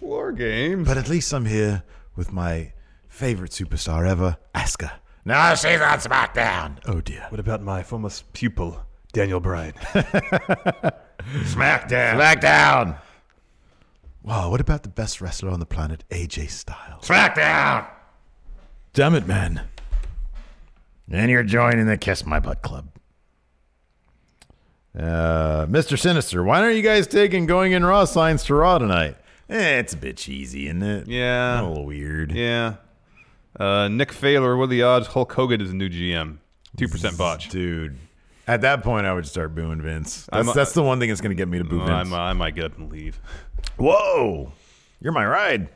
Speaker 11: War Games?
Speaker 13: But at least I'm here with my favorite superstar ever, Asuka.
Speaker 10: No, she's on SmackDown.
Speaker 13: Oh dear.
Speaker 11: What about my former pupil, Daniel Bryan?
Speaker 13: SmackDown.
Speaker 10: SmackDown.
Speaker 13: Wow, what about the best wrestler on the planet, AJ Styles?
Speaker 10: SmackDown.
Speaker 13: Damn it, man.
Speaker 10: And you're joining the Kiss My Butt Club. Uh, Mr. Sinister, why aren't you guys taking going in Raw signs to Raw tonight? Eh, it's a bit cheesy, isn't it?
Speaker 11: Yeah.
Speaker 10: A little weird.
Speaker 11: Yeah. Uh, Nick Failer, what are the odds Hulk Hogan is a new GM? 2% botch.
Speaker 10: Dude. At that point, I would start booing Vince.
Speaker 11: I'm
Speaker 10: That's,
Speaker 11: a-
Speaker 10: that's the one thing that's going to get me to boo
Speaker 11: I,
Speaker 10: Vince.
Speaker 11: mi- I might get up and leave.
Speaker 10: Whoa. You're my ride.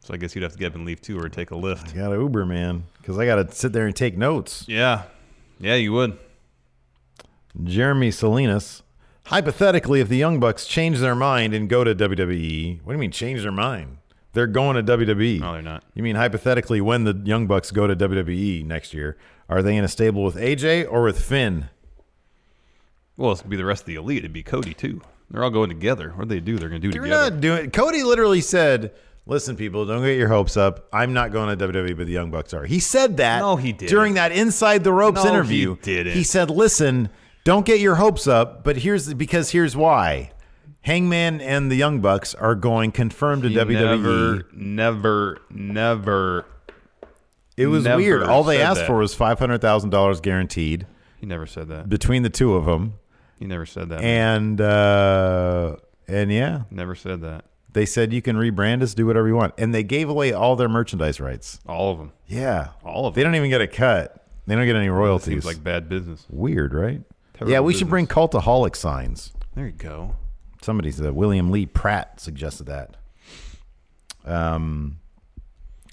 Speaker 11: So I guess you'd have to get up and leave too or take a lift.
Speaker 10: I got to Uber, man, because I got to sit there and take notes.
Speaker 11: Yeah. Yeah, you would.
Speaker 10: Jeremy Salinas. Hypothetically, if the Young Bucks change their mind and go to WWE, what do you mean change their mind? They're going to WWE. No,
Speaker 11: they're not.
Speaker 10: You mean hypothetically, when the Young Bucks go to WWE next year, are they in a stable with AJ or with Finn?
Speaker 11: Well, it's going to be the rest of the elite. It'd be Cody, too. They're all going together. What do they do? They're going to do
Speaker 10: You're
Speaker 11: together.
Speaker 10: not doing. Cody literally said, "Listen, people, don't get your hopes up. I'm not going to WWE, but the Young Bucks are." He said that. No, he
Speaker 11: didn't.
Speaker 10: during that Inside the Ropes
Speaker 11: No, he
Speaker 10: interview.
Speaker 11: didn't.
Speaker 10: He said, "Listen, don't get your hopes up, but here's because here's why." Hangman and the Young Bucks are going confirmed to E."
Speaker 11: He
Speaker 10: WWE.
Speaker 11: Never, never, never.
Speaker 10: it was
Speaker 11: never
Speaker 10: weird. All they
Speaker 11: said
Speaker 10: asked
Speaker 11: that.
Speaker 10: for was five hundred thousand dollars guaranteed
Speaker 11: He never said that.
Speaker 10: between the two of them,
Speaker 11: He never said that.
Speaker 10: and uh, and yeah,
Speaker 11: never said that.
Speaker 10: they said you can rebrand us, do whatever you want, and they gave away all their merchandise rights.
Speaker 11: All of them.
Speaker 10: Yeah,
Speaker 11: All of
Speaker 10: They
Speaker 11: them.
Speaker 10: don't even get a cut. They don't get any royalties.
Speaker 11: Seems like bad business.
Speaker 10: Weird, right?
Speaker 11: Terrible
Speaker 10: yeah, we should
Speaker 11: business.
Speaker 10: bring cultaholic signs.
Speaker 11: There you go.
Speaker 10: Somebody said William Lee Pratt suggested that. Um,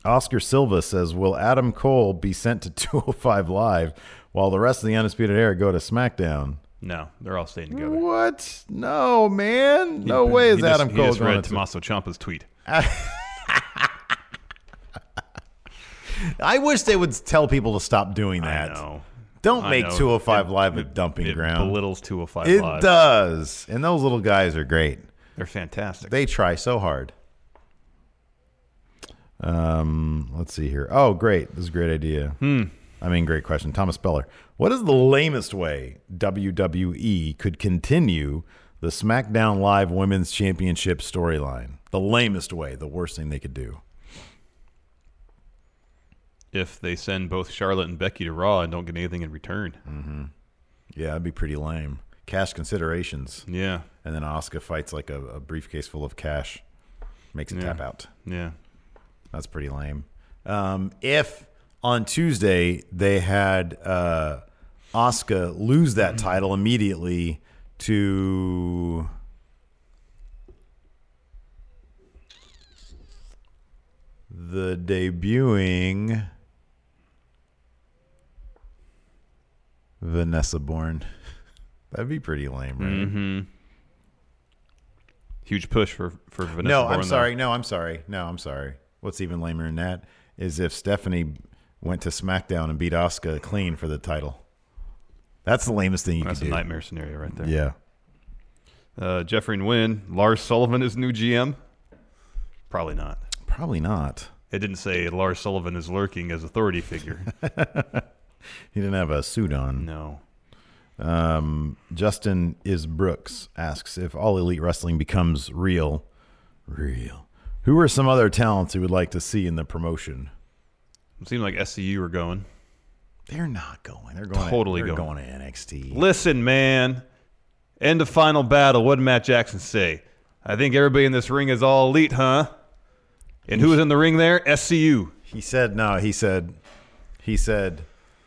Speaker 10: Oscar Silva says, "Will Adam Cole be sent to 205 Live while the rest of the Undisputed Era go to SmackDown?"
Speaker 11: No, they're all staying together.
Speaker 10: What? No, man. No
Speaker 11: He-
Speaker 10: way is
Speaker 11: he just-
Speaker 10: Adam Cole
Speaker 11: He just
Speaker 10: going
Speaker 11: read
Speaker 10: to-
Speaker 11: Tommaso Ciampa's tweet.
Speaker 10: I wish they would tell people to stop doing that. Don't
Speaker 11: I
Speaker 10: make
Speaker 11: know.
Speaker 10: 205 Live a dumping ground.
Speaker 11: belittles 205
Speaker 10: it
Speaker 11: Live.
Speaker 10: does. And those little guys are great.
Speaker 11: They're fantastic.
Speaker 10: They try so hard. Um, let's see here. Oh, great. This is a great idea.
Speaker 11: Hmm.
Speaker 10: I mean, great question. Thomas Speller. What is the lamest way WWE could continue the SmackDown Live Women's Championship storyline? The lamest way, the worst thing they could do.
Speaker 11: If they send both Charlotte and Becky to Raw and don't get anything in return.
Speaker 10: Mm-hmm. Yeah, that'd be pretty lame. Cash considerations.
Speaker 11: Yeah.
Speaker 10: And then Oscar fights like a, a briefcase full of cash, makes it
Speaker 11: Yeah.
Speaker 10: tap out.
Speaker 11: Yeah.
Speaker 10: That's pretty lame. Um, if on Tuesday they had uh, Oscar lose that title immediately to. The debuting Vanessa Bourne. That'd be pretty lame, right?
Speaker 11: Mm-hmm. Huge push for, for Vanessa
Speaker 10: no,
Speaker 11: Bourne,
Speaker 10: I'm
Speaker 11: though.
Speaker 10: sorry. No, I'm sorry. No, I'm sorry. What's even lamer than that is if Stephanie went to SmackDown and beat Asuka clean for the title. That's the lamest thing you
Speaker 11: That's a
Speaker 10: could do.
Speaker 11: nightmare scenario right there.
Speaker 10: Yeah.
Speaker 11: Uh, Jeffrey and Wynn, Lars Sullivan is new GM? Probably not.
Speaker 10: Probably not.
Speaker 11: It didn't say Lars Sullivan is lurking as authority figure.
Speaker 10: He didn't have a suit on.
Speaker 11: No.
Speaker 10: Um, Justin is Brooks asks if all elite wrestling becomes real, real. Who are some other talents you would like to see in the promotion?
Speaker 11: it seemed like SCU were going.
Speaker 10: They're not going. They're going.
Speaker 11: Totally
Speaker 10: they're
Speaker 11: going.
Speaker 10: going to NXT.
Speaker 11: Listen, man. End of final battle. What did Matt Jackson say? I think everybody in this ring is all elite, huh? And who was in the ring there? SCU.
Speaker 10: He said no. He said, he said,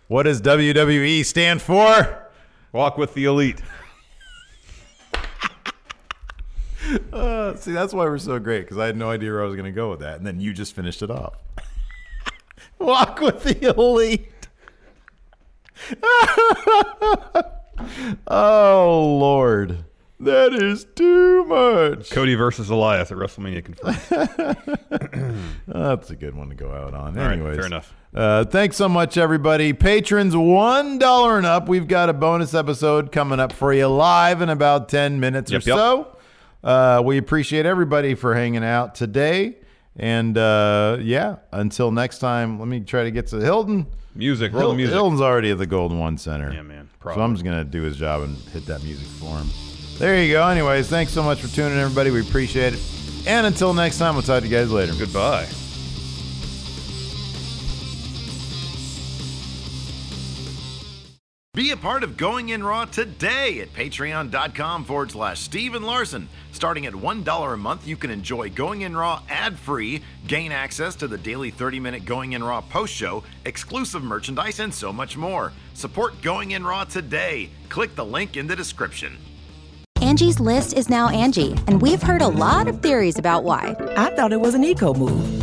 Speaker 10: what does WWE stand for?
Speaker 11: Walk with the elite.
Speaker 10: Uh, see, that's why we're so great because I had no idea where I was going to go with that, and then you just finished it off. Walk with the elite. oh Lord, that is too much.
Speaker 11: Cody versus Elias at WrestleMania confirmed.
Speaker 10: That's a good one to go out on.
Speaker 11: All right,
Speaker 10: Anyways,
Speaker 11: fair enough.
Speaker 10: Uh, thanks so much, everybody. Patrons one dollar and up. We've got a bonus episode coming up for you live in about ten minutes
Speaker 11: Yep,
Speaker 10: or
Speaker 11: yep.
Speaker 10: so. Uh, we appreciate everybody for hanging out today. And uh, yeah, until next time, let me try to get to Hilton.
Speaker 11: Music, roll the music.
Speaker 10: Hilton's already at the Golden One Center. Yeah,
Speaker 11: man.
Speaker 10: So I'm just gonna do his job and hit that music for him. There you go. Anyways, thanks so much for tuning in, everybody. We appreciate it. And until next time, we'll talk to you guys later.
Speaker 11: Goodbye.
Speaker 10: Be a part of Going In Raw today at patreon.com forward slash Steven Larson. Starting at $1 a month, you can enjoy Going In Raw ad free, gain access to the daily 30 minute Going In Raw post show, exclusive merchandise, and so much more. Support Going In Raw today. Click the link in the description.
Speaker 15: Angie's list is now Angie, and we've heard a lot of theories about why.
Speaker 16: I thought it was an eco move.